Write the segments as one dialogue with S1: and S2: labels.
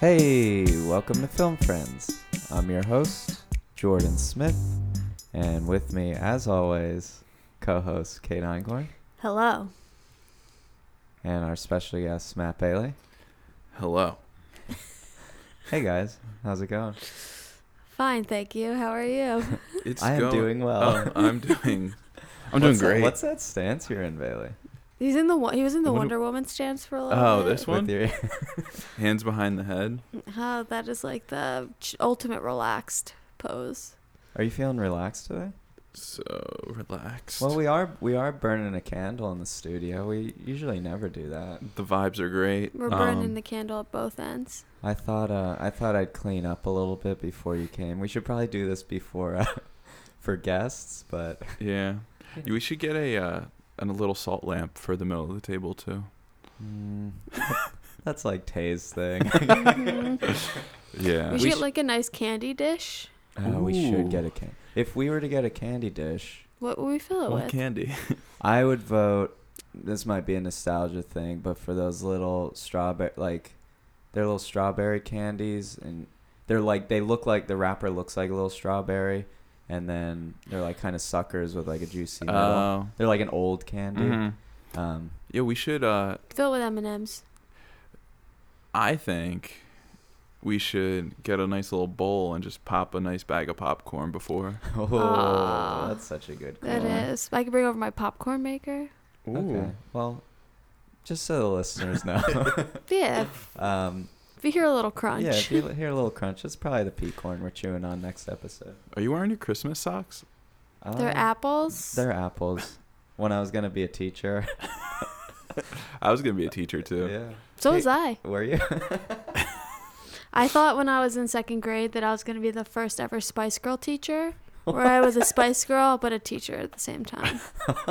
S1: Hey, welcome to Film Friends. I'm your host, Jordan Smith, and with me, as always, co host Kate Einkorn
S2: Hello.
S1: and our special guest, Matt Bailey.
S3: Hello.
S1: Hey guys, how's it going?
S2: Fine, thank you. How are you?
S3: It's
S1: I am
S3: going-
S1: doing well.
S3: Oh, I'm doing. I'm doing
S1: What's that-
S3: great.
S1: what's that stance you're in, Bailey?
S2: He's in the wo- he was in the
S3: What do-
S2: Wonder Woman stance for a little
S3: Oh,
S2: bit.
S3: this one?
S1: With your,
S3: Hands behind the head.
S2: Oh, that is like the ch- ultimate relaxed pose.
S1: are you feeling relaxed today?
S3: So relaxed.
S1: Well, we are we are burning a candle in the studio. We usually never do that.
S3: the vibes are great.
S2: We're burning
S3: Um,
S2: the candle at both ends.
S1: I thought uh, I thought I'd clean up a little bit before you came. We should probably do this before uh, for guests, but
S3: Yeah. We should get a uh, and a little salt lamp for the middle of the table too.
S1: Mm, that's like Tay's thing.
S3: Yeah.
S2: Mm-hmm. we should
S3: We
S2: get
S3: sh-
S2: like a nice candy dish.
S1: Uh, we should
S3: Ooh.
S1: get a can. If we were to get a candy dish,
S2: What would we fill it
S3: Well,
S2: with?
S3: candy.
S1: I would vote. This might be a nostalgia thing, but for those little strawberry, like they're little strawberry candies, and they're like they look like the wrapper looks like a little strawberry, and then they're like kind of suckers with like a juicy. Middle.
S3: Uh,
S1: they're like an old candy.
S3: mhm.
S1: Um,
S3: Yeah, we should. Uh,
S2: Fill it with M and M's.
S3: I think we should get a nice little bowl and just pop a nice bag of popcorn before.
S1: oh,
S2: Aw.
S1: that's such a good.
S2: That
S1: call.
S3: Cool.
S2: is. I could bring over my popcorn maker.
S1: Okay. Well, just so the listeners know.
S2: Yeah. If,
S1: um,
S2: if you hear a little crunch.
S1: Yeah, if you hear a little crunch, it's probably the pea corn we're chewing on next episode.
S3: Are you wearing your Christmas socks?
S1: Uh,
S2: They're apples.
S1: They're apples. When I was gonna be a teacher.
S3: I was gonna be a teacher too.
S1: Yeah.
S2: so was I.
S1: Were you?
S2: I thought when I was in second grade that I was going to be the first ever Spice Girl teacher, where I was a Spice Girl but a teacher at the same time.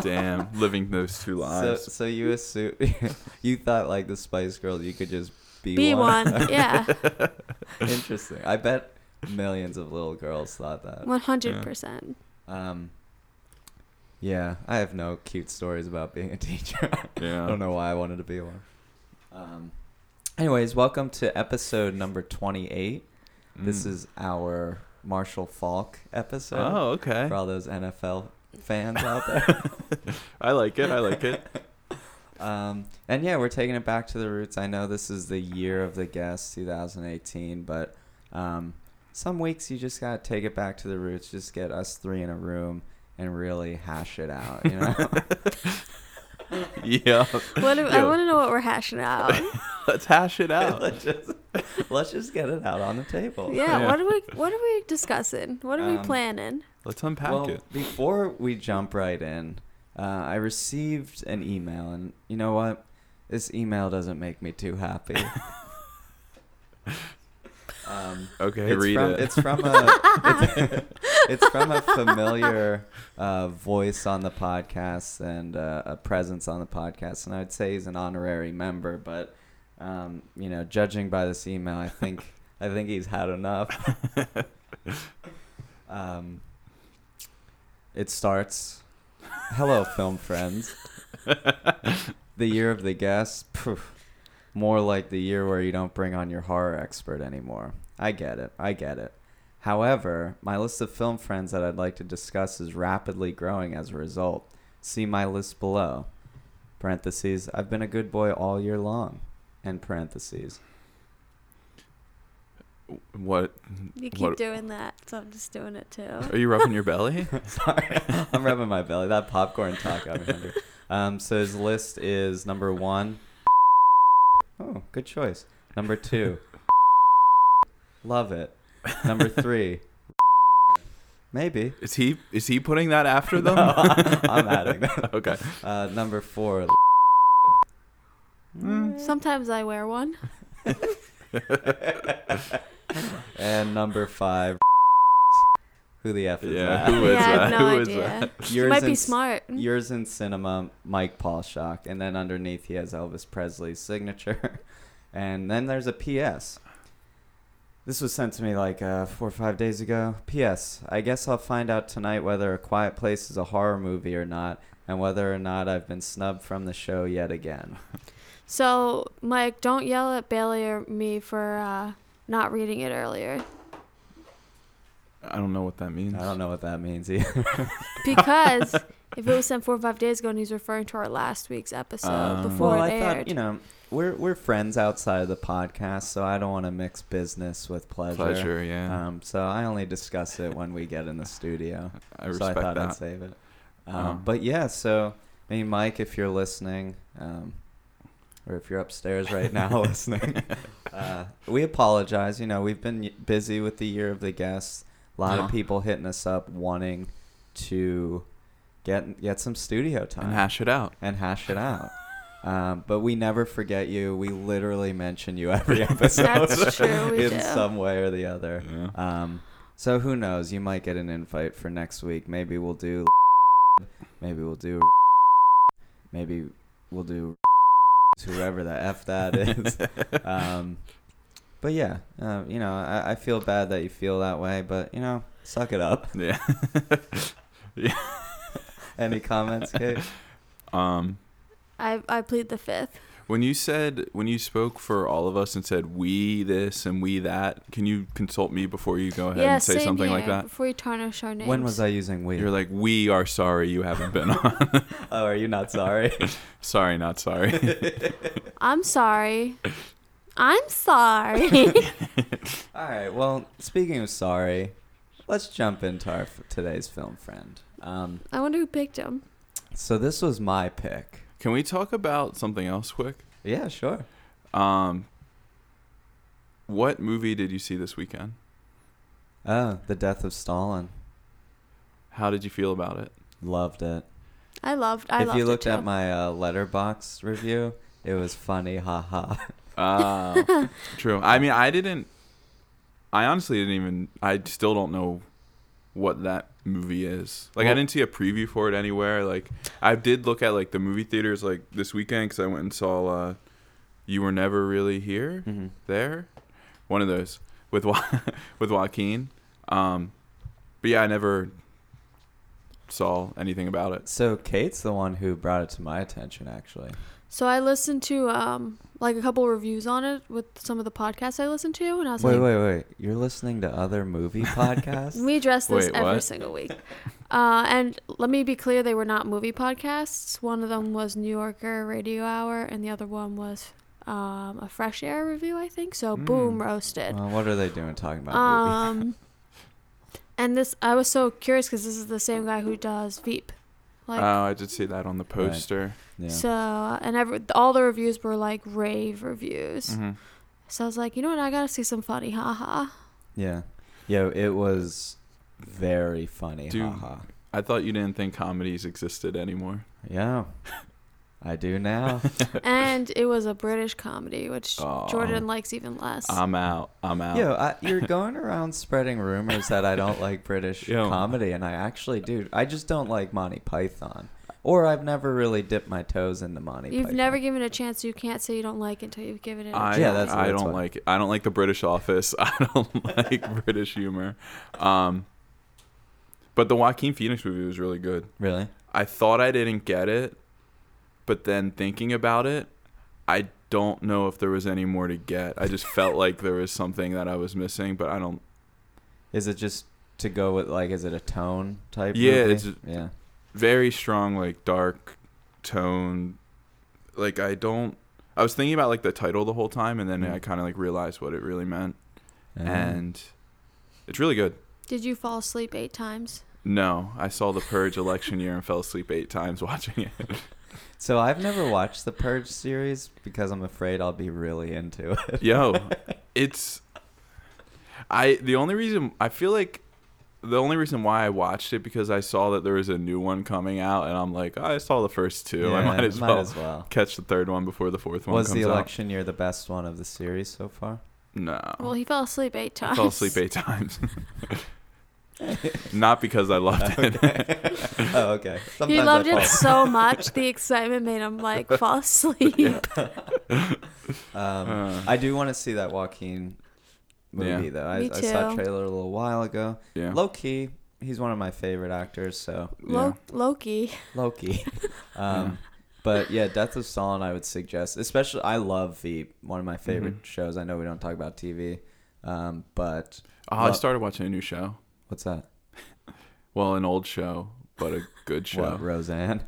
S3: Damn, living those two
S1: So,
S3: lives.
S1: so you assume you thought like the Spice Girls, you could just be,
S2: Be
S1: one.
S2: one, yeah,
S1: Interesting. I bet millions of little girls thought that.
S2: one hundred percent.
S1: Um. Yeah, I have no cute stories about being a teacher.
S3: yeah.
S1: I don't know why I wanted to be one. Um, anyways, welcome to episode number 28. This
S3: Mm.
S1: is uh, our Marshall Falk episode
S3: Oh, okay.
S1: for all those NFL fans out there.
S3: I like it. I like it.
S1: um, and yeah, we're taking it back to the roots. I know this is the year of the guest, 2018, but um, some weeks you just got to take it back to the roots. Just get us three in a room and really hash it out, Uh, you know?
S3: yeah.
S2: What do, I
S3: Yo.
S2: want to know what we're hashing out.
S3: Let's hash it out.
S1: let's, just, let's just get it out on the table.
S2: Yeah,
S3: Yeah.
S2: what are we what are we discussing? What are
S1: Um,
S2: we planning?
S3: Let's unpack
S1: well,
S3: it.
S1: before we jump right in, uh, I received an email, and you know what? This email doesn't make me too happy. um,
S3: Okay,
S1: it's
S3: read
S1: from,
S3: it.
S1: It's from a it's, it's from a familiar uh, voice on the podcast and uh, a presence on the podcast, and I would say he's an honorary member. But um, you know, judging by this email, I think I think he's had enough. um, it starts. Hello, film friends. the year of the guest. Phew. More like the year where you don't bring on your horror expert anymore. I get it. I get it. However, my list of film friends that I'd like to discuss is rapidly growing as a result. See my list below. Parentheses, I've been a good boy all year long. End parentheses.
S3: What?
S2: You keep
S3: what-
S2: doing that, so I'm just doing it too.
S3: Are you rubbing your belly?
S1: Sorry, I'm rubbing my belly. That popcorn talk got me hungry. Um, so his list is number one. Oh, good choice. Number two. Love it. Number three. Maybe.
S3: Is he is he putting that after them?
S1: No, I'm adding that.
S3: Okay.
S1: Uh, number four.
S3: Mm.
S2: Sometimes I wear one.
S1: and number five. Who the f is
S3: Yeah,
S1: that?
S3: Who is
S2: yeah, I have
S3: that?
S2: no
S3: Who is
S2: idea.
S1: Yours
S2: Might
S1: in
S2: be
S1: s-
S2: smart.
S1: Yours in cinema, Mike Paulshock, and then underneath he has Elvis Presley's signature, and then there's a P.S. This was sent to me like uh, four or five days ago. P.S. I guess I'll find out tonight whether A Quiet Place is a horror movie or not, and whether or not I've been snubbed from the show yet again.
S2: So, Mike, don't yell at Bailey or me for uh, not reading it earlier
S3: I don't know what that means.
S1: I don't know what that means either.
S2: because if it was sent four or five days ago and he's referring to our last week's episode
S3: Um,
S2: before
S1: Well,
S2: it
S1: I
S2: aired,
S1: thought you know we're we're friends outside of the podcast, so I don't want to mix business with pleasure.
S3: Pleasure, yeah.
S1: Um, so I only discuss it when we get in the studio.
S3: I respect
S1: so I thought I'd
S3: that.
S1: save it. Um,
S3: Um,
S1: but yeah, so I mean, Mike, if you're listening, um, or if you're upstairs right now listening, uh, we apologize. You know, we've been y- busy with the year of the guest. A lot
S3: Yeah.
S1: of people hitting us up wanting to get get some studio time
S3: and hash it out.
S1: and hash it out. Um, but we never forget you. We literally mention you every episode
S2: That's true, Oh, we
S1: in
S2: do.
S1: some way or the other.
S3: Yeah.
S1: Um, so who knows? You might get an invite for next week. Maybe we'll do. Maybe we'll do. Maybe we'll do. Whoever the f that is. Um, but yeah, uh, you know, I, I feel bad that you feel that way, but you know, suck it up.
S3: yeah.
S1: Any comments, Kate?
S3: Um,
S2: I, I plead the fifth.
S3: when you said when you spoke for all of us and said we this and we that, can you consult me before you go ahead
S2: yeah,
S3: and say
S2: same
S3: something
S2: here,
S3: like that?
S2: Before you tarnish our names.
S1: When was I using we?
S3: You're like, we are sorry you haven't been on.
S1: oh, are you not sorry?
S3: sorry, not sorry.
S2: I'm sorry. I'm sorry.
S1: All right. Well, speaking of sorry, let's jump into our f- today's film friend. Um,
S2: I wonder who picked him.
S1: so this was my pick.
S3: Can we talk about something else quick?
S1: Yeah, sure.
S3: Um, what movie did you see this weekend?
S1: Oh, the death of Stalin.
S3: How did you feel about it?
S1: Loved it.
S2: I loved. I
S1: if
S2: loved
S1: you looked
S2: it too.
S1: at my uh, letterbox review, it was funny. Haha.
S3: Uh, true. I mean, I didn't. I honestly didn't even. I still don't know what that movie is. Like, I
S1: Well-
S3: didn't see a preview for it anywhere. Like, I did look at like the movie theaters like this weekend because I went and saw uh, "You Were Never Really Here."
S1: mm-hmm.
S3: there, one of those with jo- with Joaquin. Um, but yeah, I never saw anything about it.
S1: So Kate's the one who brought it to my attention, actually.
S2: so I listened to um like a couple reviews on it with some of the podcasts I listened to, and I was
S1: Wait,
S2: like,
S1: wait, wait. You're listening to other movie podcasts?
S2: we address this
S3: Wait,
S2: every
S3: what?
S2: single week. Uh, and let me be clear, they were not movie podcasts. One of them was New Yorker Radio Hour, and the other one was um, a Fresh Air review, I think. So boom,
S3: Mm.
S2: roasted.
S1: Well, what are they doing talking about movies?
S2: Um, and this I was so curious because this is the same guy who does Veep.
S3: Oh,
S2: Like
S3: I did see that on the poster.
S1: Yeah.
S2: so, and every, all the reviews were like rave reviews.
S3: Mhm.
S2: So I was like, you know what? I gotta see some funny, haha.
S1: yeah. Yo, it was very funny.
S3: Dude.
S1: Haha.
S3: I thought you didn't think comedies existed anymore.
S1: Yeah. I do now.
S2: and it was a British comedy, which
S3: Oh.
S2: Jordan likes even less.
S3: I'm out. I'm out.
S1: Yo, I, you're going around spreading rumors that I don't like British
S3: Yo.
S1: comedy, and I actually do. I just don't like Monty Python, or I've never really dipped my toes into Monty.
S2: You've
S1: Python.
S2: never given it a chance. You can't say you don't like it until you've given it. A
S3: I,
S1: Yeah,
S2: chance.
S1: that's-
S3: I
S1: that's
S3: don't
S1: why.
S3: like it. I don't like the British office. I don't like British humor. Um, but the Joaquin Phoenix movie was really good.
S1: really.
S3: I thought I didn't get it, but then thinking about it, I don't know if there was any more to get. I just felt like there was something that I was missing, but I don't.
S1: Is it just to go with like? Is it a tone type?
S3: Yeah,
S1: movie?
S3: it's-
S1: yeah.
S3: Very strong, like dark tone. Like I don't. I was thinking about like the title the whole time, and then
S1: Mhm.
S3: I kind of like realized what it really meant,
S1: Uh-huh.
S3: and it's really good.
S2: Did you fall asleep eight times?
S3: No, I saw The Purge election year and fell asleep eight times watching it.
S1: so I've never watched the Purge series because I'm afraid I'll be really into it.
S3: Yo, it's I the only reason I feel like the only reason why I watched it because I saw that there was a new one coming out and I'm like, "Oh, I saw the first two. I
S1: Yeah,
S3: might as well
S1: well.
S3: catch the third one before the fourth one
S1: Was
S3: comes
S1: the election year the best one of the series so far?
S3: out. No.
S1: Uh-huh.
S2: Well, he fell asleep eight
S3: I
S2: times.
S3: fell asleep eight times. Not because I loved it.
S1: Oh, okay.
S2: he
S1: Sometimes I
S2: loved
S1: fall
S2: it so much. The excitement made him like fall asleep.
S1: Um,
S3: Uh.
S1: I do want to see that Joaquin movie
S3: Yeah.
S1: though. I,
S2: Me
S1: I saw a
S2: too.
S1: trailer a little while ago.
S3: yeah.
S1: Low key, he's one of my favorite actors. So
S2: Lo- Loki.
S1: Loki. um,
S3: Yeah.
S1: But yeah, Death of
S3: Mm-hmm.
S1: Stalin, I would suggest. Especially, I love Veep, one of my favorite shows. I know we don't talk about TV, Um, but
S3: Oh, I
S1: Well-
S3: started watching a new show.
S1: what's that?
S3: Well, an old show, but a good
S1: What,
S3: show.
S1: Roseanne?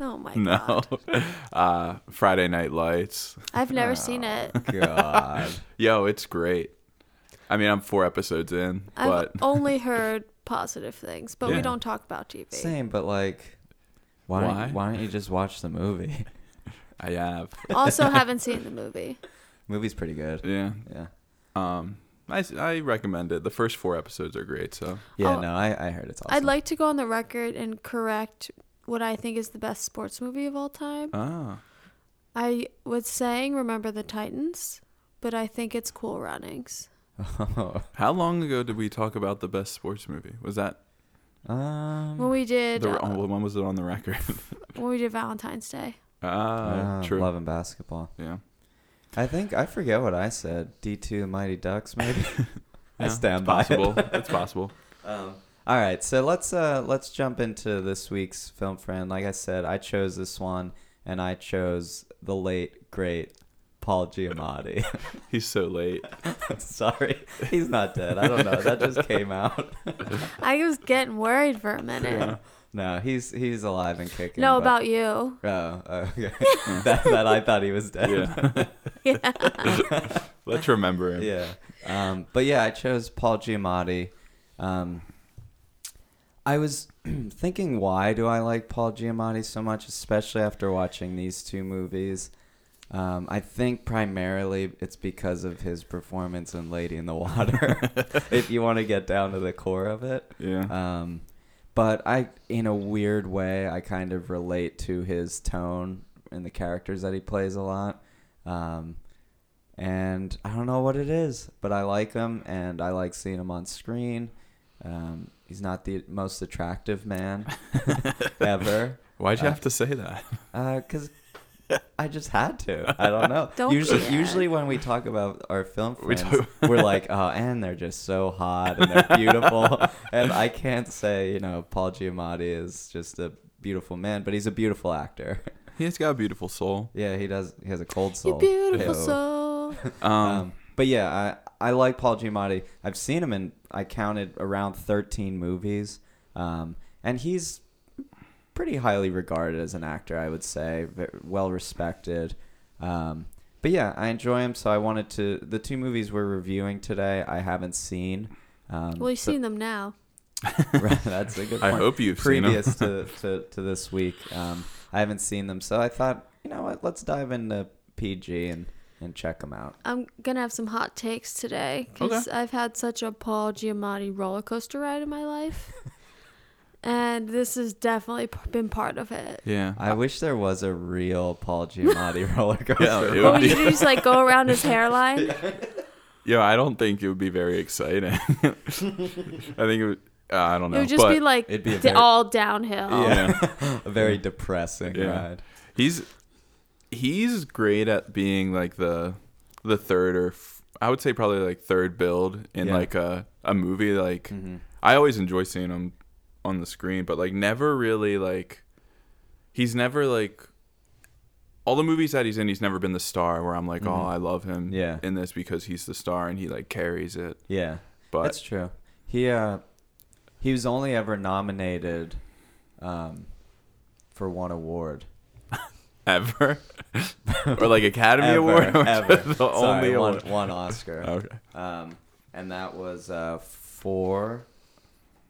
S2: Oh my
S3: no,
S2: god.
S3: uh, Friday Night Lights.
S2: I've never seen it.
S1: God.
S3: Yo, it's great. I mean, I'm four episodes in,
S2: I've
S3: but
S2: only heard positive things, but
S3: Yeah.
S2: we don't talk about TV.
S1: Same, but like, why? Don't,
S3: Why?
S1: you- why don't you just watch the movie?
S3: I have.
S2: Also, haven't seen the movie.
S1: Movie's pretty good.
S3: Yeah.
S1: Yeah.
S3: Um, I, I recommend it. The first four episodes are great. So
S1: Yeah.
S2: Oh,
S1: no, I, I heard it's awesome.
S2: I'd like to go on the record and correct what I think is the best sports movie of all time.
S3: ah,
S2: I was saying Remember the Titans, but I think it's Cool Runnings.
S3: how long ago did we talk about the best sports movie? Was that
S2: When
S1: um.
S2: we did
S3: the
S2: uh,
S3: oh, when was it on the record?
S2: when we did Valentine's Day.
S3: ah,
S1: uh,
S3: true.
S1: Love and basketball.
S3: Yeah.
S1: I think I forget what I said. D two Mighty Ducks, maybe. I
S3: Yeah,
S1: stand
S3: it's
S1: by it.
S3: possible. it's possible.
S1: Um, all right, so let's uh, let's jump into this week's film friend. Like I said, I chose this one, and I chose the late great Paul Giamatti.
S3: He's so late.
S1: Sorry, he's not dead. I don't know. That just came out.
S2: I was getting worried for a minute.
S1: No, he's he's alive and kicking.
S2: No,
S1: but-
S2: about you.
S1: Oh, okay. that, that I thought he was dead.
S3: Yeah.
S2: Yeah.
S3: Let's remember him.
S1: yeah. Um, but yeah, I chose Paul Giamatti. Um, I was thinking, why do I like Paul Giamatti so much, especially after watching these two movies? Um, I think primarily it's because of his performance in Lady in the Water, if you want to get down to the core of it.
S3: Yeah.
S1: Um, but I, in a weird way, I kind of relate to his tone and the characters that he plays a lot. Um, and I don't know what it is, but I like him, and I like seeing him on screen. Um, he's not the most attractive man ever,
S3: Why'd you
S1: uh,
S3: have to say that?
S1: because. Uh, I just had to. I don't know.
S2: Don't
S1: usually,
S2: be a-
S1: usually when we talk about our film
S3: We
S1: friends,
S3: talk-
S1: we're like, oh, and they're just so hot and they're beautiful. and I can't say, you know, Paul Giamatti is just a beautiful man, but he's a beautiful actor.
S3: He's got a beautiful soul.
S1: yeah, he does. He has a cold
S2: You
S1: soul.
S2: beautiful
S1: Oh, Ew.
S2: soul.
S3: Um,
S1: Um, but yeah, I I like Paul Giamatti. I've seen him in I counted around thirteen movies, um, and he's pretty highly regarded as an actor. I would say Ve- well respected. Um, but yeah, I enjoy him. So I wanted to. The two movies we're reviewing today, I haven't seen. Um,
S2: Well, you've
S1: so-
S2: seen them now.
S1: Right, that's a good.
S3: I
S1: Point.
S3: hope you've seen 'em.
S1: previous to, to to this week. Um, I haven't seen them, so I thought, you know what, let's dive into PG and and check them out.
S2: I'm gonna have some hot takes today because I've had such a Paul Giamatti roller coaster ride in my life, and this has definitely p- been part of it.
S3: yeah.
S1: I wish there was a real Paul Giamatti roller coaster.
S3: Uh, Yeah, it
S2: What
S3: would
S2: would
S3: be-
S2: you do? Just like go around his hairline?
S3: Yo, I don't think it would be very exciting. I think it would, uh, I don't know.
S2: it would just
S3: but
S2: be like oh.
S1: it'd be a
S2: d-
S1: very-
S2: all downhill.
S3: yeah.
S1: a very depressing
S3: Yeah.
S1: ride.
S3: he's he's great at being like the the third or f- I would say probably like third build in
S1: Yeah. Mm-hmm.
S3: like a a movie like I always enjoy seeing him on the screen, but like never really like he's never like all the movies that he's in, he's never been the star where I'm like, oh, I love him
S1: Mm-hmm. Yeah.
S3: in this because he's the star and he like carries it.
S1: Yeah,
S3: But
S1: that's true. He uh, he was only ever nominated, um, for one award.
S3: ever or like Academy Award,
S1: ever,
S3: which
S1: ever.
S3: is the
S1: Sorry,
S3: only
S1: one,
S3: award. Oh.
S1: one Oscar.
S3: Okay.
S1: Um, and that was uh for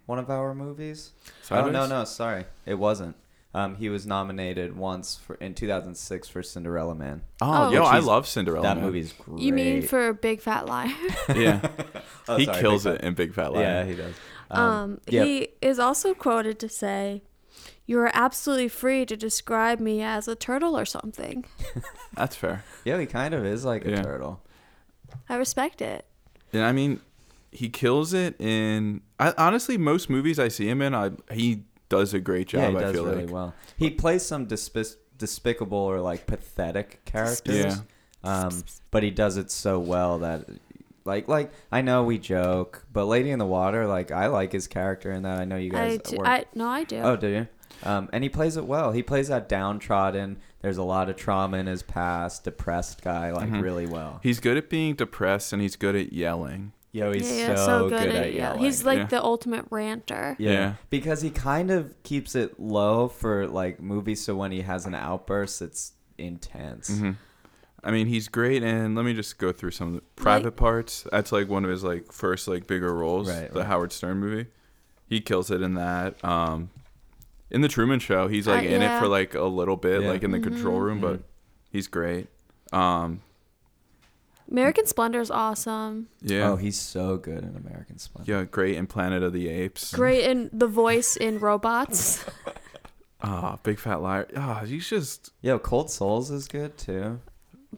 S1: one of our movies.
S3: Sideways?
S1: Oh no, no, sorry, it wasn't. Um, he was nominated once for in 2006 for Cinderella Man.
S3: Oh,
S2: Oh.
S3: yo,
S2: Which
S3: I
S1: he's-
S3: love Cinderella.
S1: that
S3: man.
S1: movie's great.
S2: You mean for Big Fat Liar?
S3: Yeah,
S1: Oh,
S3: he
S1: sorry,
S3: kills
S1: Big
S3: it in Big Fat
S1: Fat- Yeah,
S3: Lion.
S1: he does.
S2: Um,
S1: yeah.
S2: He is also quoted to say, "You are absolutely free to describe me as a turtle or something.
S3: That's fair.
S1: Yeah, he kind of is like a
S3: Yeah.
S1: turtle.
S2: I respect it."
S3: And I mean, he kills it in. I, honestly, most movies I see him in, I he does a great
S1: yeah,
S3: job.
S1: he
S3: I
S1: does
S3: feel
S1: really
S3: like.
S1: well. He plays some despi- despicable or like pathetic
S3: Yeah.
S1: characters. Um, but he does it so well that, like, like I know we joke, but Lady in the Water, like I like his character in that. I know you guys
S2: I do.
S1: were-
S2: I no, I do.
S1: Oh, do you? Um, and he plays it well. He plays that downtrodden. There's a lot of trauma in his past, depressed guy, like
S3: Mhm.
S1: really well.
S3: He's good at being depressed and he's good at yelling.
S1: Yo, he's
S2: yeah, yeah,
S1: so, good, at
S2: yeah.
S1: yelling.
S2: He's like
S3: Yeah.
S2: the ultimate ranter.
S1: yeah.
S3: Yeah.
S1: because he kind of keeps it low for like movies. So when he has an outburst, it's intense.
S3: Mhm. I mean, he's great. And let me just go through some of the private parts. That's like one of his like first like bigger roles,
S1: Right,
S3: the
S1: right.
S3: Howard Stern movie. He kills it in that. Um, in the Truman Show, he's like
S2: Uh,
S3: in it
S2: yeah. Mm-hmm.
S3: for like a little bit,
S1: Yeah.
S3: like in the control room, but
S1: Mhm.
S3: he's great. Um,
S2: American Splendor is awesome.
S3: yeah,
S1: Oh, he's so good in American Splendor.
S3: yeah, great in Planet of the Apes.
S2: Great in the voice in Robots.
S3: Ah, big fat liar. Ah, he's just
S1: Yo, Cold Souls is good too.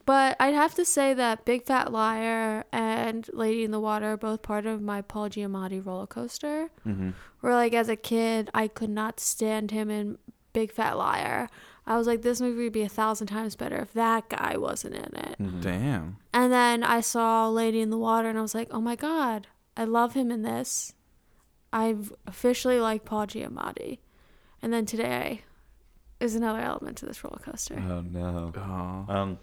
S2: But I'd have to say that Big Fat Liar and Lady in the Water are both part of my Paul Giamatti roller coaster.
S1: Mm-hmm.
S2: Where, like, as a kid, I could not stand him in Big Fat Liar. I was like, this movie would be a thousand times better if that guy wasn't in it.
S3: damn.
S2: And then I saw Lady in the Water and I was like, oh my God, I love him in this. I officially like Paul Giamatti. And then today is another element to this roller coaster.
S1: Oh no.
S3: Oh,
S1: Um,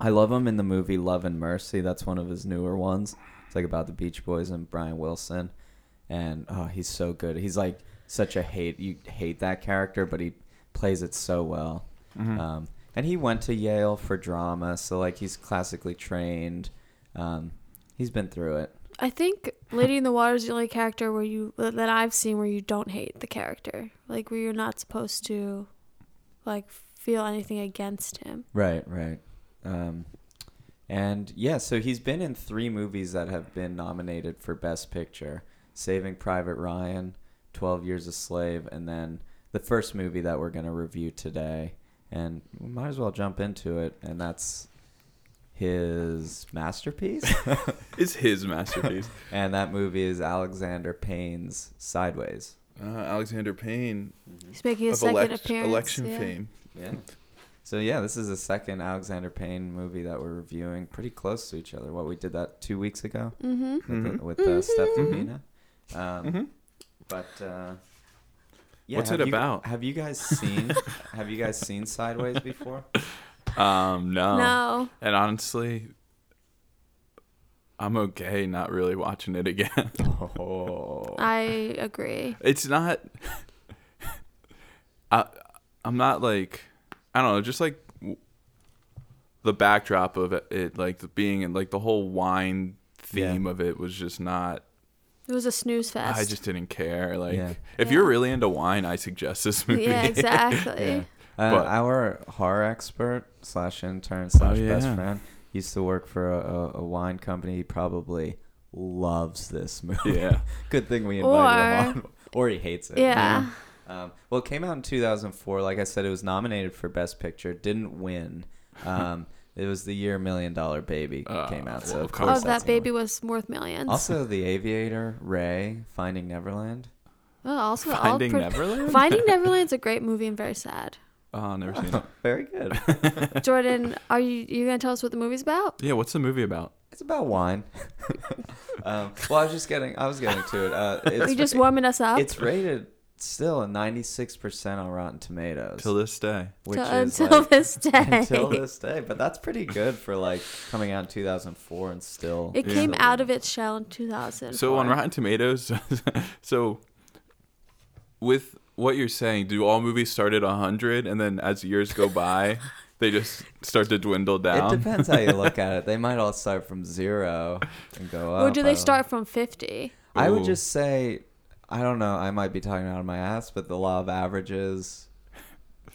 S1: I love him in the movie Love and Mercy. That's one of his newer ones. It's like about the Beach Boys and Brian Wilson, and oh, he's so good. He's like such a hate. You hate that character, but he plays it so well. Um, and he went to Yale for drama, so like he's classically trained. Um, he's been through it.
S2: I think Lady in the Water is the only character where you that I've seen where you don't hate the character, like where you're not supposed to, like feel anything against him.
S1: Right, right. Um, and yeah, so he's been in three movies that have been nominated for Best Picture Saving Private Ryan, 12 Years a Slave, and then the first movie that we're going to review today. And we might as well jump into it, and that's his masterpiece.
S3: it's his masterpiece.
S1: and that movie is Alexander Payne's Sideways.
S3: uh, Alexander Payne
S2: He's making his
S3: of
S2: second
S3: elect-
S2: appearance.
S3: election
S2: yeah.
S3: fame.
S1: Yeah. So yeah, this is the second Alexander Payne movie that we're reviewing, pretty close to each other. What we did that two weeks ago.
S2: Mm-hmm.
S1: with,
S3: Mhm.
S1: the, with uh, Steph and
S3: Mhm.
S1: Nina.
S2: Oh.
S1: Um,
S3: Mhm.
S1: But uh,
S3: What's
S1: have
S3: it
S1: you-
S3: about?
S1: Have you guys seen Have you guys seen Sideways before?
S3: Um, no.
S2: No,
S3: And honestly, I'm okay not really watching it again.
S1: Oh,
S2: I agree.
S3: it's not. I I'm not like I don't know. Just like w- the backdrop of it, it like the being and like the whole wine theme of it was just not.
S2: It was a snooze fest.
S3: I just didn't care. Like
S1: Yeah.
S3: if you're
S2: Yeah.
S3: really into wine, I suggest this movie.
S2: yeah, exactly.
S1: yeah. Uh,
S3: But- Oh,
S1: our horror expert slash intern slash best
S3: yeah.
S1: friend used to work for a, a, a wine company. He probably loves this movie.
S3: yeah.
S1: Good thing we invited him on. Or he hates it.
S2: Yeah.
S1: Um, well, it came out in 2004. Like I said, it was nominated for Best Picture, didn't win. Um, it was the year Million Dollar Baby
S3: Uh,
S1: came out. So
S3: well, of
S1: of
S3: course
S1: course,
S2: Oh, that
S1: that's gonna
S2: baby was worth millions.
S1: win. Also, The Aviator, Ray, Finding Neverland.
S2: oh, also all
S3: Finding
S2: pro-
S3: Neverland.
S2: Finding Neverland's a great movie and very sad.
S3: oh, never seen it.
S1: Very good.
S2: Jordan, are you you gonna tell us what the movie's about?
S3: Yeah, what's the movie about?
S1: It's about wine. um, well, I was just getting, I was getting to it. Uh,
S2: Are
S1: it's,
S2: you just warming us up?
S1: it's rated still at 96% on Rotten Tomatoes,
S3: Till this day.
S1: which
S2: Till-
S1: is
S2: until
S1: like,
S2: this day.
S1: until this day. But that's pretty good for like coming out in 2004 and still.
S2: It
S3: Yeah.
S2: came out of its shell in 2000.
S3: So on Rotten Tomatoes, so with what you're saying, do all movies start at 100 and then as years go by, they just start to dwindle
S1: It
S3: down?
S1: depends how you look at it. They might all start from zero and go up.
S2: Or do
S1: I
S2: they
S1: don't-
S2: start from 50?
S1: I would
S3: Ooh.
S1: just say, I don't know. I might be talking out of my ass, but the law of averages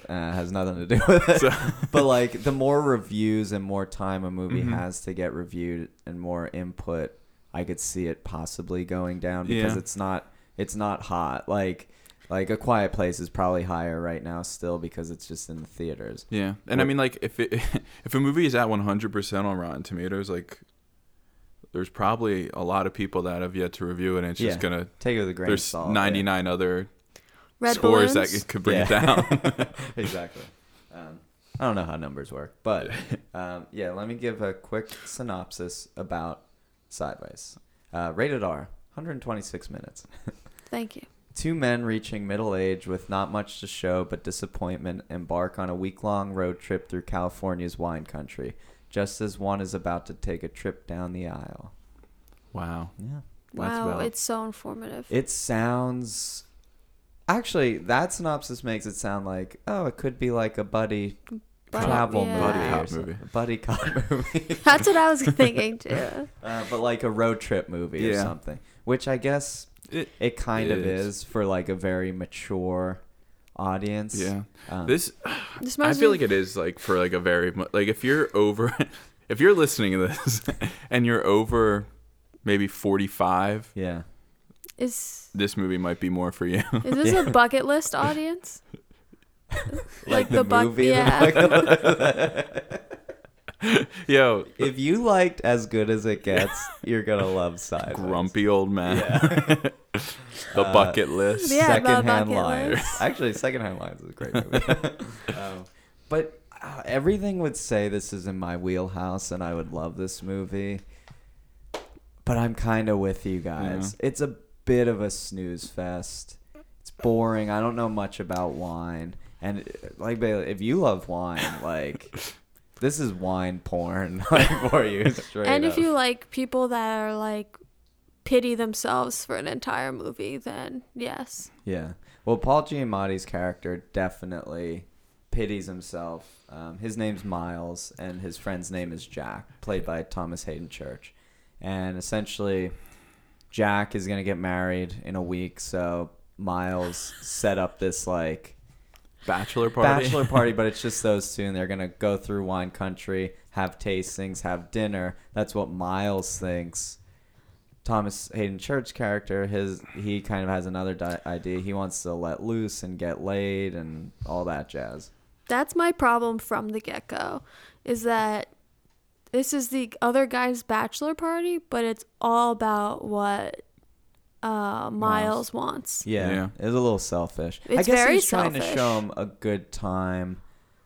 S1: uh, has nothing to do with it.
S3: So-
S1: but like, the more reviews and more time a movie
S3: Mm-hmm.
S1: has to get reviewed and more input, I could see it possibly going down because
S3: Yeah.
S1: it's not it's not hot like. Like a quiet place is probably higher right now still because it's just in the theaters.
S3: Yeah. And I mean like if it, if a movie is at 100% on Rotten Tomatoes, like there's probably a lot of people that have yet to review it and it's just
S1: Yeah.
S3: going to
S1: Take it with a grain of
S3: there's
S1: salt. yeah.
S3: 99 other
S2: Red
S3: scores
S2: balloons?
S3: that could bring
S1: Yeah.
S3: it down.
S1: exactly. Um, I don't know how numbers work, but um, yeah, let me give a quick synopsis about Sideways. Uh, rated R, 126 minutes.
S2: Thank you.
S1: Two men reaching middle age with not much to show but disappointment embark on a week long road trip through California's wine country, just as one is about to take a trip down the aisle.
S3: Wow.
S1: Yeah.
S3: That's
S2: wow,
S3: valid.
S2: it's so informative.
S1: It sounds. Actually, that synopsis makes it sound like, oh, it could be like a buddy
S2: But-
S1: travel
S2: yeah.
S1: movie. or
S3: Buddy cop
S1: some-
S3: movie.
S1: Buddy cop movie.
S2: That's what I was thinking too.
S1: uh, but like a road trip movie or
S3: Yeah.
S1: something, which I guess
S3: It-
S1: it kind
S3: it
S1: of
S3: is.
S1: is. for like a very mature audience.
S3: Yeah.
S1: Um,
S3: This
S2: This
S3: I
S2: reminds
S3: feel
S2: me-
S3: like it is like for like a very mu- like if you're over if you're listening to this and you're over maybe 45
S1: yeah.
S2: is
S3: this movie might be more for you.
S2: is this
S1: Yeah.
S2: a bucket list audience?
S1: Like,
S2: the
S1: the,
S2: buck-
S1: movie.
S2: yeah.
S3: Yo,
S1: if you liked As Good as It Gets, you're going to love Sideways.
S3: grumpy old man. the
S1: Uh,
S3: bucket list.
S2: Yeah, the
S1: secondhand
S2: bucket
S1: lions.
S2: list.
S1: Actually, secondhand lions is a great movie. um, but uh, everything would say this is in my wheelhouse, and I would love this movie. But I'm kind of with you guys. It's a bit of a snooze fest. It's boring. I don't know much about wine, and uh, like Bailey, if you love wine, like this is wine porn like, for you straight.
S2: and if
S1: up.
S2: you like people that are like pity themselves for an entire movie, then yes.
S1: Yeah. Well, Paul Giamatti's character definitely pities himself. Um, his name's Miles, and his friend's name is Jack, played by Thomas Hayden Church. And essentially, Jack is going to get married in a week, so Miles set up this like
S3: Bachelor party.
S1: bachelor party, but it's just those two, and they're gonna go through wine country, have tastings, have dinner. That's what Miles thinks. Thomas Hayden Church character, his he kind of has another di- idea. He wants to let loose and get laid and all that jazz.
S2: That's my problem from the get go is that this is the other guy's bachelor party, but it's all about what uh, Miles,
S1: Miles.
S2: wants.
S1: Yeah,
S3: Yeah.
S1: it was a little selfish. I
S2: It's
S1: guess
S2: very
S1: he's trying to
S2: selfish.
S1: show him a good time,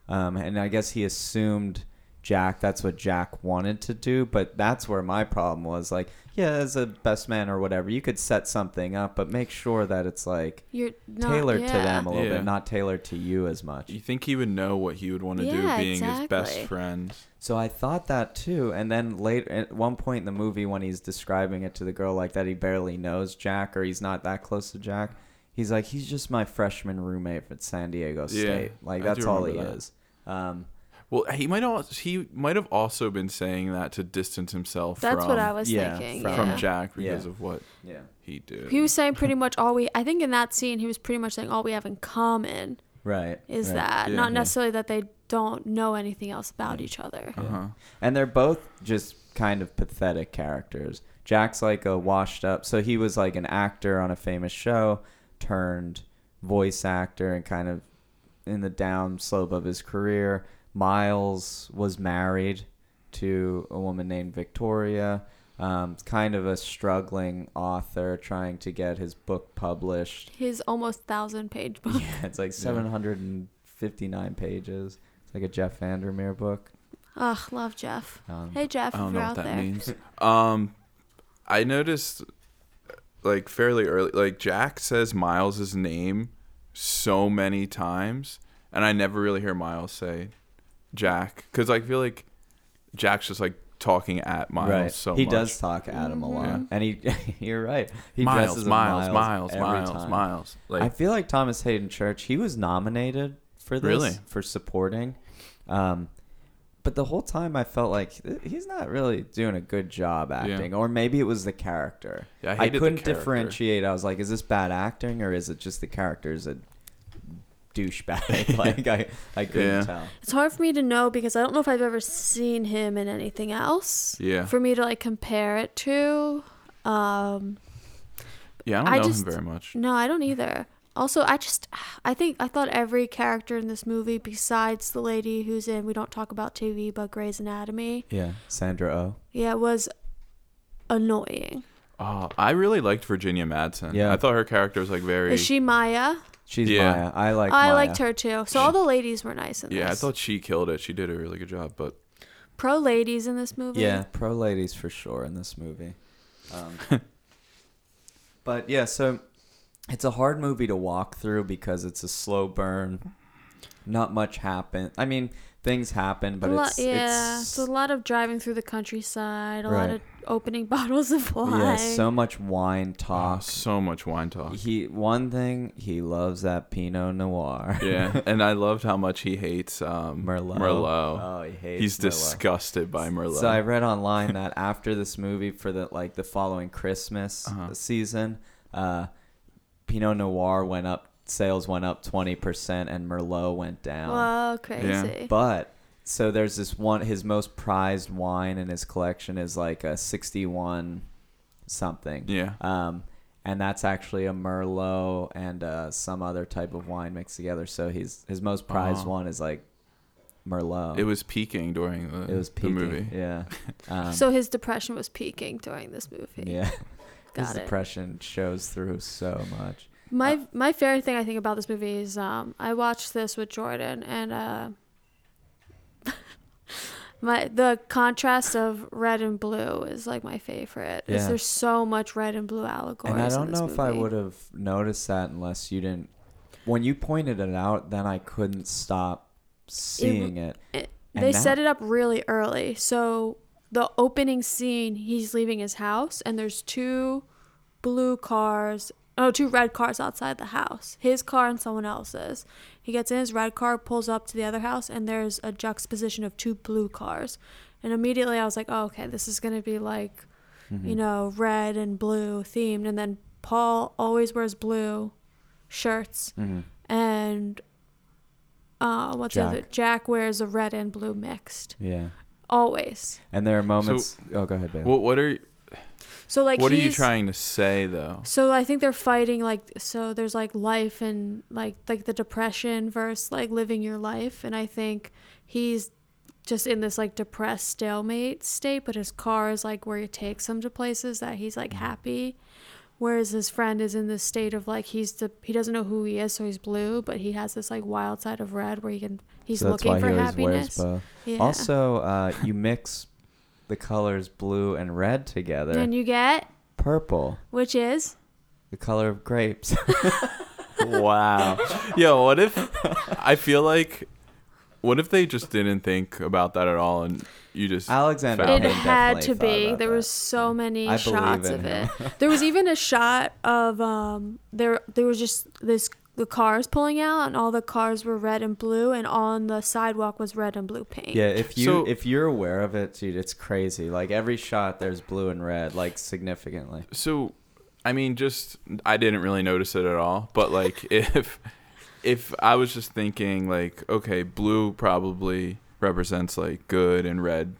S1: um, and I guess he assumed Jack. That's what Jack wanted to do, but that's where my problem was. Like, yeah, as a best man or whatever, you could set something up, but make sure that it's like
S2: You're not,
S1: tailored to
S2: yeah.
S1: them a little
S3: Yeah.
S1: bit, not tailored to you as much.
S3: You think he would know what he would want to do
S2: Yeah,
S3: being his best
S2: exactly.
S3: friend?
S1: So I thought that too, and then later at one point in the movie, when he's describing it to the girl like that, he barely knows Jack or he's not that close to Jack. He's like, he's just my freshman roommate at San Diego
S3: Yeah,
S1: State. like
S3: I do
S1: that's all he
S3: remember that.
S1: is. Um,
S3: Well, he might al- he might have also been saying that to distance himself
S2: That's
S3: from
S2: what I was
S1: yeah,
S2: thinking.
S1: from-
S2: yeah.
S3: from Jack because
S1: Yeah.
S3: of what
S1: yeah,
S3: he did.
S2: He was saying pretty much all we. I think in that scene, he was pretty much saying all we have in common
S1: right.
S2: is
S1: right.
S2: that
S3: yeah,
S2: not
S3: yeah.
S2: necessarily that they don't know anything else about each other.
S3: uh-huh.
S1: And they're both just kind of pathetic characters. Jack's like a washed up. So he was like an actor on a famous show, turned voice actor, and kind of in the down slope of his career. Miles was married to a woman named Victoria. Um, kind of a struggling author trying to get his book published.
S2: His almost thousand page book.
S1: Yeah, it's like 759 pages. It's like a Jeff Vandermeer book.
S2: Ugh, love Jeff.
S1: Um,
S2: Hey Jeff,
S3: I
S2: if
S3: don't know
S2: you're
S3: what
S2: out
S3: that
S2: there.
S3: means. Um, I noticed, like fairly early, like Jack says Miles's name so many times, and I never really hear Miles say Jack because I feel like Jack's just like talking at Miles so
S1: he
S3: much.
S1: does talk at him a lot,
S3: Yeah.
S1: and he you're right. He
S3: Miles,
S1: dresses him
S3: Miles, Miles,
S1: every
S3: Miles,
S1: time.
S3: Miles. Like
S1: I feel like Thomas Hayden Church. He was nominated for this
S3: Really?
S1: for supporting, um, but the whole time I felt like th- he's not really doing a good job acting, or maybe it was the character.
S3: Yeah, I
S1: I
S3: hated the
S1: couldn't
S3: character.
S1: differentiate. I was like, is this bad acting or is it just the character's a douchebag? like I, I couldn't
S3: Yeah.
S1: tell.
S2: It's hard for me to know because I don't know if I've ever seen him in anything else.
S3: Yeah.
S2: For me to like compare it to. Um
S3: yeah, I don't
S2: I
S3: know
S2: just-
S3: him very much.
S2: no, I don't either. Also, I just I think I thought every character in this movie besides the lady who's in we don't talk about TV but Grey's Anatomy,
S1: Yeah, Sandra Oh.
S2: yeah, was annoying.
S3: Oh, I really liked Virginia Madsen.
S1: Yeah.
S3: I thought her character was like very.
S2: Is she Maya?
S1: She's
S3: Yeah.
S1: Maya. I like.
S2: Oh, I
S1: Maya.
S2: liked her too. So all the ladies were nice in this.
S3: yeah, I thought she killed it. She did a really good job, but
S2: pro ladies in this movie.
S1: Yeah, pro ladies for sure in this movie. Um, but yeah, so it's a hard movie to walk through because it's a slow burn. Not much happen. I mean, things happen, but
S2: a lot,
S1: it's
S2: yeah,
S1: it's,
S2: it's, a lot of driving through the countryside, a lot
S1: Right.
S2: of opening bottles of wine.
S1: yeah, so much wine
S3: Oh,
S1: talk.
S3: so much wine talk.
S1: He one thing he loves that Pinot Noir.
S3: Yeah, and I loved how much he hates um,
S1: Merlot.
S3: Merlot.
S1: Oh, he hates
S3: He's
S1: Merlot.
S3: disgusted by Merlot.
S1: So I read online that after this movie for the like the following Christmas
S3: Uh-huh.
S1: season, uh, Pinot Noir went up, sales went up twenty percent, and Merlot went down.
S2: Whoa, crazy.
S1: But so there's this one. His most prized wine in his collection is like a sixty-one something.
S3: yeah.
S1: Um, and that's actually a Merlot and uh, some other type of wine mixed together. So he's his most prized
S3: Uh-huh.
S1: one is like Merlot.
S3: It was peaking during the,
S1: Oh. it was
S3: the
S1: peaking.
S3: movie.
S1: Yeah. Um,
S2: so his depression was peaking during this movie.
S1: yeah.
S2: Got
S1: his
S2: it.
S1: depression shows through so much.
S2: My
S1: uh,
S2: my favorite thing I think about this movie is um I watched this with Jordan and uh my the contrast of red and blue is like my favorite. Is
S1: Yeah.
S2: there's so much red and blue allegories.
S1: And I
S2: in
S1: don't
S2: this
S1: know if I
S2: movie.
S1: would have noticed that unless you didn't. When you pointed it out, then I couldn't stop seeing it.
S2: It-
S1: And
S2: they
S1: that-
S2: set it up really early. So the opening scene, he's leaving his house, and there's two blue cars. Oh, two red cars outside the house. His car and someone else's. He gets in his red car, pulls up to the other house, and there's a juxtaposition of two blue cars. And immediately I was like, oh, okay, this is going to be like,
S1: Mm-hmm.
S2: you know, red and blue themed. And then Paul always wears blue shirts.
S1: Mm-hmm.
S2: And uh, what's
S1: Jack.
S2: the other? Jack wears a red and blue mixed.
S1: Yeah.
S2: Always.
S1: And there are moments. oh, go ahead, babe.
S3: What, what are
S2: So, like,
S3: what are you
S2: he's-
S3: trying to say though?
S2: So I think they're fighting like so there's like life and like like the depression versus like living your life and I think he's just in this like depressed stalemate state but his car is like where it takes him to places that he's like
S1: Mm-hmm.
S2: happy whereas his friend is in this state of like he's the he doesn't know who he is so he's blue but he has this like wild side of red where he can he's
S1: So
S2: looking for happiness.
S1: both.
S2: Yeah.
S1: Also, uh, you mix the colors blue and red together.
S2: and you get
S1: Purple,
S2: which is
S1: the color of grapes.
S3: wow. Yo, what if I feel like what if they just didn't think about that at all and you just
S1: Alexander.
S3: It
S2: it
S1: Payne
S2: had
S1: Oh, definitely
S2: to
S1: thought
S2: be.
S1: about
S2: There
S1: that. Mm.
S2: was so many
S1: I believe
S2: shots
S1: in
S2: of
S1: him.
S2: it. there was even a shot of um there there was just this the cars pulling out and all the cars were red and blue and on the sidewalk was red and blue paint.
S1: Yeah, if you
S3: So-
S1: if you're aware of it, dude, it's crazy. Like every shot, there's blue and red, like significantly.
S3: So, I mean, just I didn't really notice it at all. But like, if if I was just thinking like, okay, blue probably represents like good and red,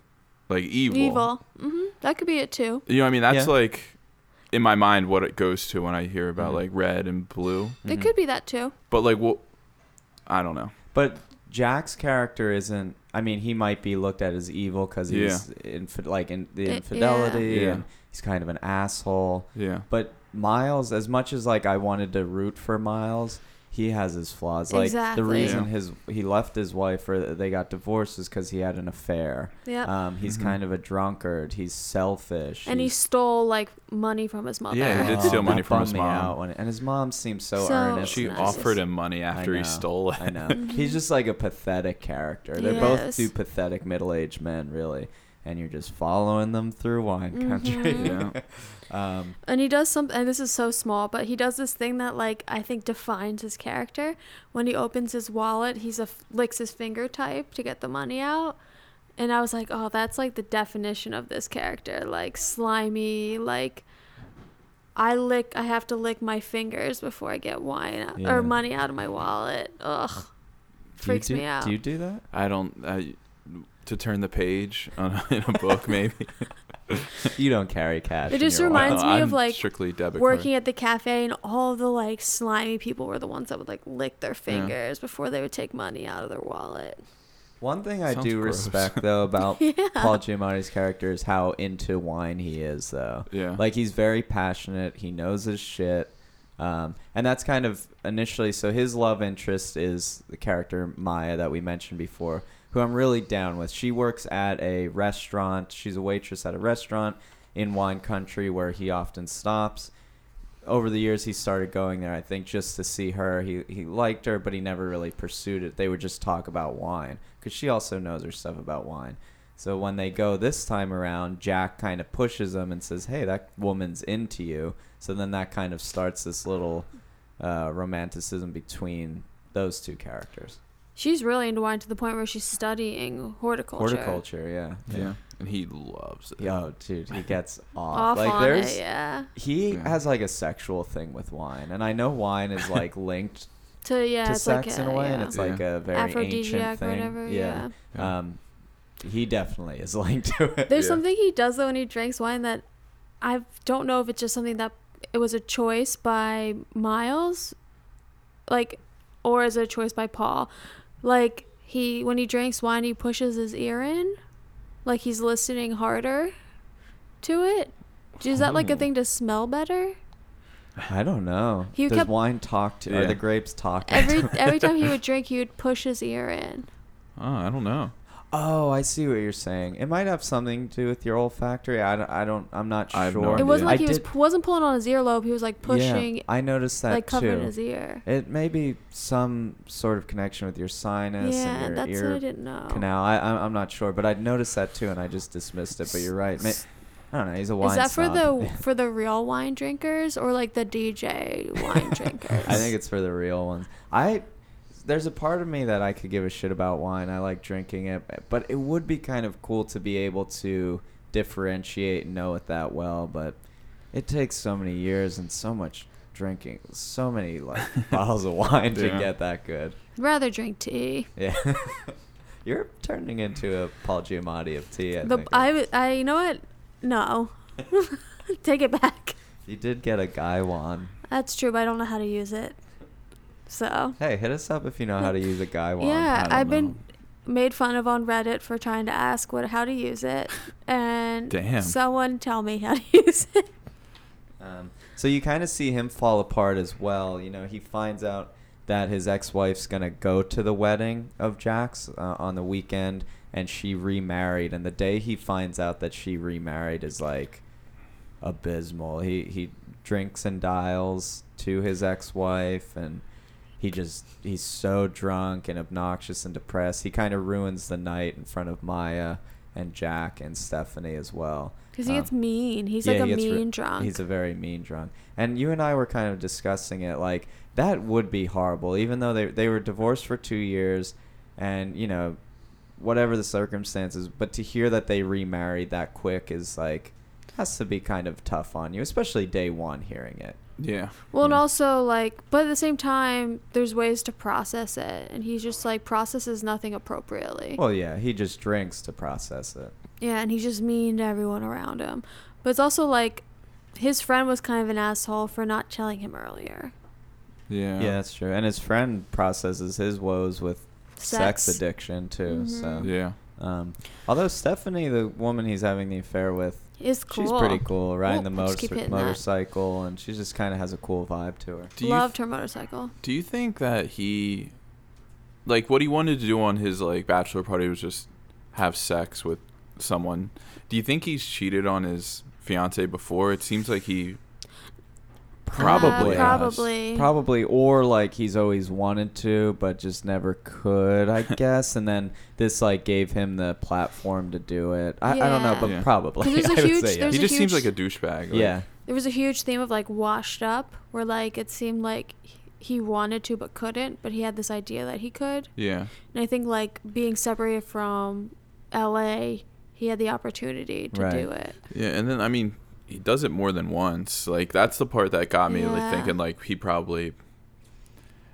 S3: like evil.
S2: Evil. hmm That could be it too.
S3: You know, what I mean, that's
S1: Yeah.
S3: like in my mind what it goes to when I hear about
S1: Mhm.
S3: like red and blue.
S2: It
S1: Mhm.
S2: could be that too.
S3: But like, what? I don't know.
S1: But Jack's character isn't. I mean, he might be looked at as evil because he's infi- like in the
S2: I- yeah.
S1: infidelity,
S3: Yeah.
S1: and he's kind of an asshole.
S3: Yeah.
S1: But Miles, as much as like I wanted to root for Miles, he has his flaws. Like
S2: Exactly.
S1: the reason
S3: Yeah.
S1: his he left his wife or they got divorced is because he had an affair.
S2: Yeah.
S1: Um, he's
S3: Mhm.
S1: kind of a drunkard. He's selfish.
S2: and he
S1: he's-
S2: stole like money from his mother.
S3: Yeah, he did
S1: Oh,
S3: steal money
S1: that
S3: from his
S1: bummed me
S3: mom.
S1: out when- and his mom seems so,
S2: So-
S1: earnest.
S3: She
S1: and
S2: nice.
S3: offered him money after he
S1: know.
S3: stole it.
S1: I know. He's just like a pathetic character. They're both
S2: Yes.
S1: two pathetic middle-aged men, really, and you're just following them through wine
S2: Mm-hmm.
S1: country.
S3: Mhm.
S1: um,
S2: And he does something, and this is so small, but he does this thing that, like, I think defines his character. When he opens his wallet, he's a licks his finger type to get the money out. And I was like, oh, that's like the definition of this character, like slimy, like I lick, I have to lick my fingers before I get wine
S1: Yeah.
S2: or money out of my wallet. Ugh,
S1: do
S2: freaks
S1: you do,
S2: me out.
S1: Do you do that?
S3: I don't. I, to turn the page on, in a book, maybe.
S1: You don't carry cash.
S2: It
S1: in
S2: just
S1: your wallet.
S2: reminds
S3: No,
S2: me of,
S3: I'm
S2: like,
S3: strictly debit card.
S2: working at the cafe and all the like slimy people were the ones that would like lick their fingers before they would take money out of their wallet.
S1: One thing I
S3: Sounds
S1: do
S3: gross.
S1: respect though about Paul Giamatti's character is how into wine he is though.
S3: Yeah.
S1: Like he's very passionate, he knows his shit. Um, and that's kind of initially so his love interest is the character Maya that we mentioned before, who I'm really down with. She works at a restaurant. She's a waitress at a restaurant in wine country where he often stops over the years he started going there. I think just to see her. He he liked her, but he never really pursued it. They would just talk about wine because she also knows her stuff about wine. So when they go this time around, Jack kind of pushes him and says, "Hey, that woman's into you." So then that kind of starts this little uh, romanticism between those two characters.
S2: She's really into wine to the point where she's studying horticulture.
S1: Horticulture, yeah,
S3: Yeah. And he loves it.
S1: Yo, dude, he gets off.
S2: Off
S1: like
S2: on
S1: there's
S2: it, yeah.
S1: he
S3: Yeah.
S1: has like a sexual thing with wine, and I know wine is like linked
S2: To yeah,
S1: to
S2: it's
S1: sex
S2: like
S1: in a way, and
S2: yeah.
S1: it's like a very ancient
S2: aphrodisiac
S1: thing.
S2: or whatever. Yeah.
S3: Yeah.
S1: Um, he definitely is linked to it.
S2: There's
S3: Yeah.
S2: something he does though when he drinks wine that I don't know if it's just something that it was a choice by Miles, like, or is it a choice by Paul? Like he when he drinks wine, he pushes his ear in, like he's listening harder to it. Is that like a
S1: Hmm.
S3: Oh.
S2: thing to smell better?
S1: I don't know.
S2: He
S1: Does
S2: kept-
S1: wine talk to? Are
S3: Yeah.
S1: the grapes talking?
S2: Every
S1: to it?
S2: every time he would drink, he would push his ear in.
S3: Oh, I don't know.
S1: Oh, I see what you're saying. It might have something to do with your olfactory. I don't. I don't I'm not
S3: I have no
S1: sure.
S2: It wasn't
S3: Yeah.
S2: like
S1: I
S2: he was
S1: did-
S2: wasn't pulling on his earlobe. He was like pushing,
S1: Yeah, I noticed that
S2: like
S1: too.
S2: covering his ear.
S1: It may be some sort of connection with your sinus
S2: Yeah,
S1: and your
S2: that's
S1: ear
S2: what I didn't know.
S1: canal. I, I'm, I'm not sure, but I'd noticed that too, and I just dismissed it. But you're right. May- I don't know. He's a wine.
S2: Is that for
S1: snob.
S2: the for the real wine drinkers or like the DJ wine drinkers?
S1: I think it's for the real ones. I there's a part of me that I could give a shit about wine. I like drinking it, but it would be kind of cool to be able to differentiate and know it that well. But it takes so many years and so much drinking, so many like bottles of wine to
S3: Yeah.
S1: get that good.
S2: I'd rather drink tea.
S1: Yeah. You're turning into a Paul Giamatti of tea. I
S2: the
S1: think.
S2: I w- I you know what? No, take it back.
S1: you did get a guy wand.
S2: That's true, but I don't know how to use it. So
S1: Hey, hit us up if you know how to use a guy wand.
S2: yeah,
S1: I don't
S2: I've
S1: know.
S2: been made fun of on Reddit for trying to ask what how to use it, and
S3: Damn.
S2: someone tell me how to use it.
S1: Um, so you kind of see him fall apart as well. You know, he finds out that his ex-wife's gonna go to the wedding of Jack's uh, on the weekend, and she remarried. And the day he finds out that she remarried is like abysmal. He he drinks and dials to his ex-wife, and he just he's so drunk and obnoxious and depressed. He kind of ruins the night in front of Maya and Jack and Stephanie as well.
S2: Because he
S1: Um,
S2: gets mean. He's
S1: yeah,
S2: like a
S1: he gets re-
S2: mean drunk.
S1: He's a very mean drunk. And you and I were kind of discussing it like that would be horrible even though they they were divorced for 2 years and you know whatever the circumstances but to hear that they remarried that quick is like has to be kind of tough on you especially day 1 hearing it.
S3: Yeah.
S2: Well, and
S1: Yeah.
S2: also like, but at the same time, there's ways to process it, and he's just like processes nothing appropriately.
S1: Well, yeah, he just drinks to process it.
S2: yeah, and he's just mean to everyone around him. But it's also like, his friend was kind of an asshole for not telling him earlier.
S3: Yeah.
S1: Yeah, that's true. And his friend processes his woes with sex,
S2: Sex.
S1: addiction too. So,
S2: Mhm.
S3: Yeah.
S1: um, although Stephanie, the woman he's having the affair with,
S2: It's cool.
S1: She's pretty cool, riding
S2: Well,
S1: the
S2: just keep
S1: motor-
S2: hitting that.
S1: motorcycle, and she just kind of has a cool vibe to her.
S3: Do you
S2: Loved her motorcycle.
S3: Do you think that he, like, what he wanted to do on his like bachelor party was just have sex with someone? Do you think he's cheated on his fiance before? It seems like he probably.
S2: Uh,
S3: has.
S2: probably.
S1: Probably, or like he's always wanted to, but just never could, I guess. And then this like gave him the platform to do it. I, I don't know,
S2: Yeah.
S1: but
S3: Yeah.
S1: probably.
S2: 'Cause there's a
S1: I would
S2: huge-
S1: say
S2: there's
S3: He
S2: a
S3: just seems
S2: huge-
S3: like a douchebag. like-
S1: yeah.
S2: There was a huge theme of like washed up, where like it seemed like he wanted to but couldn't, but he had this idea that he could.
S3: Yeah.
S2: And I think like being separated from LA, he had the opportunity to
S1: Right.
S2: do it.
S3: Yeah, and then I mean, he does it more than once. Like that's the part that got me like
S2: Yeah.
S3: thinking like he probably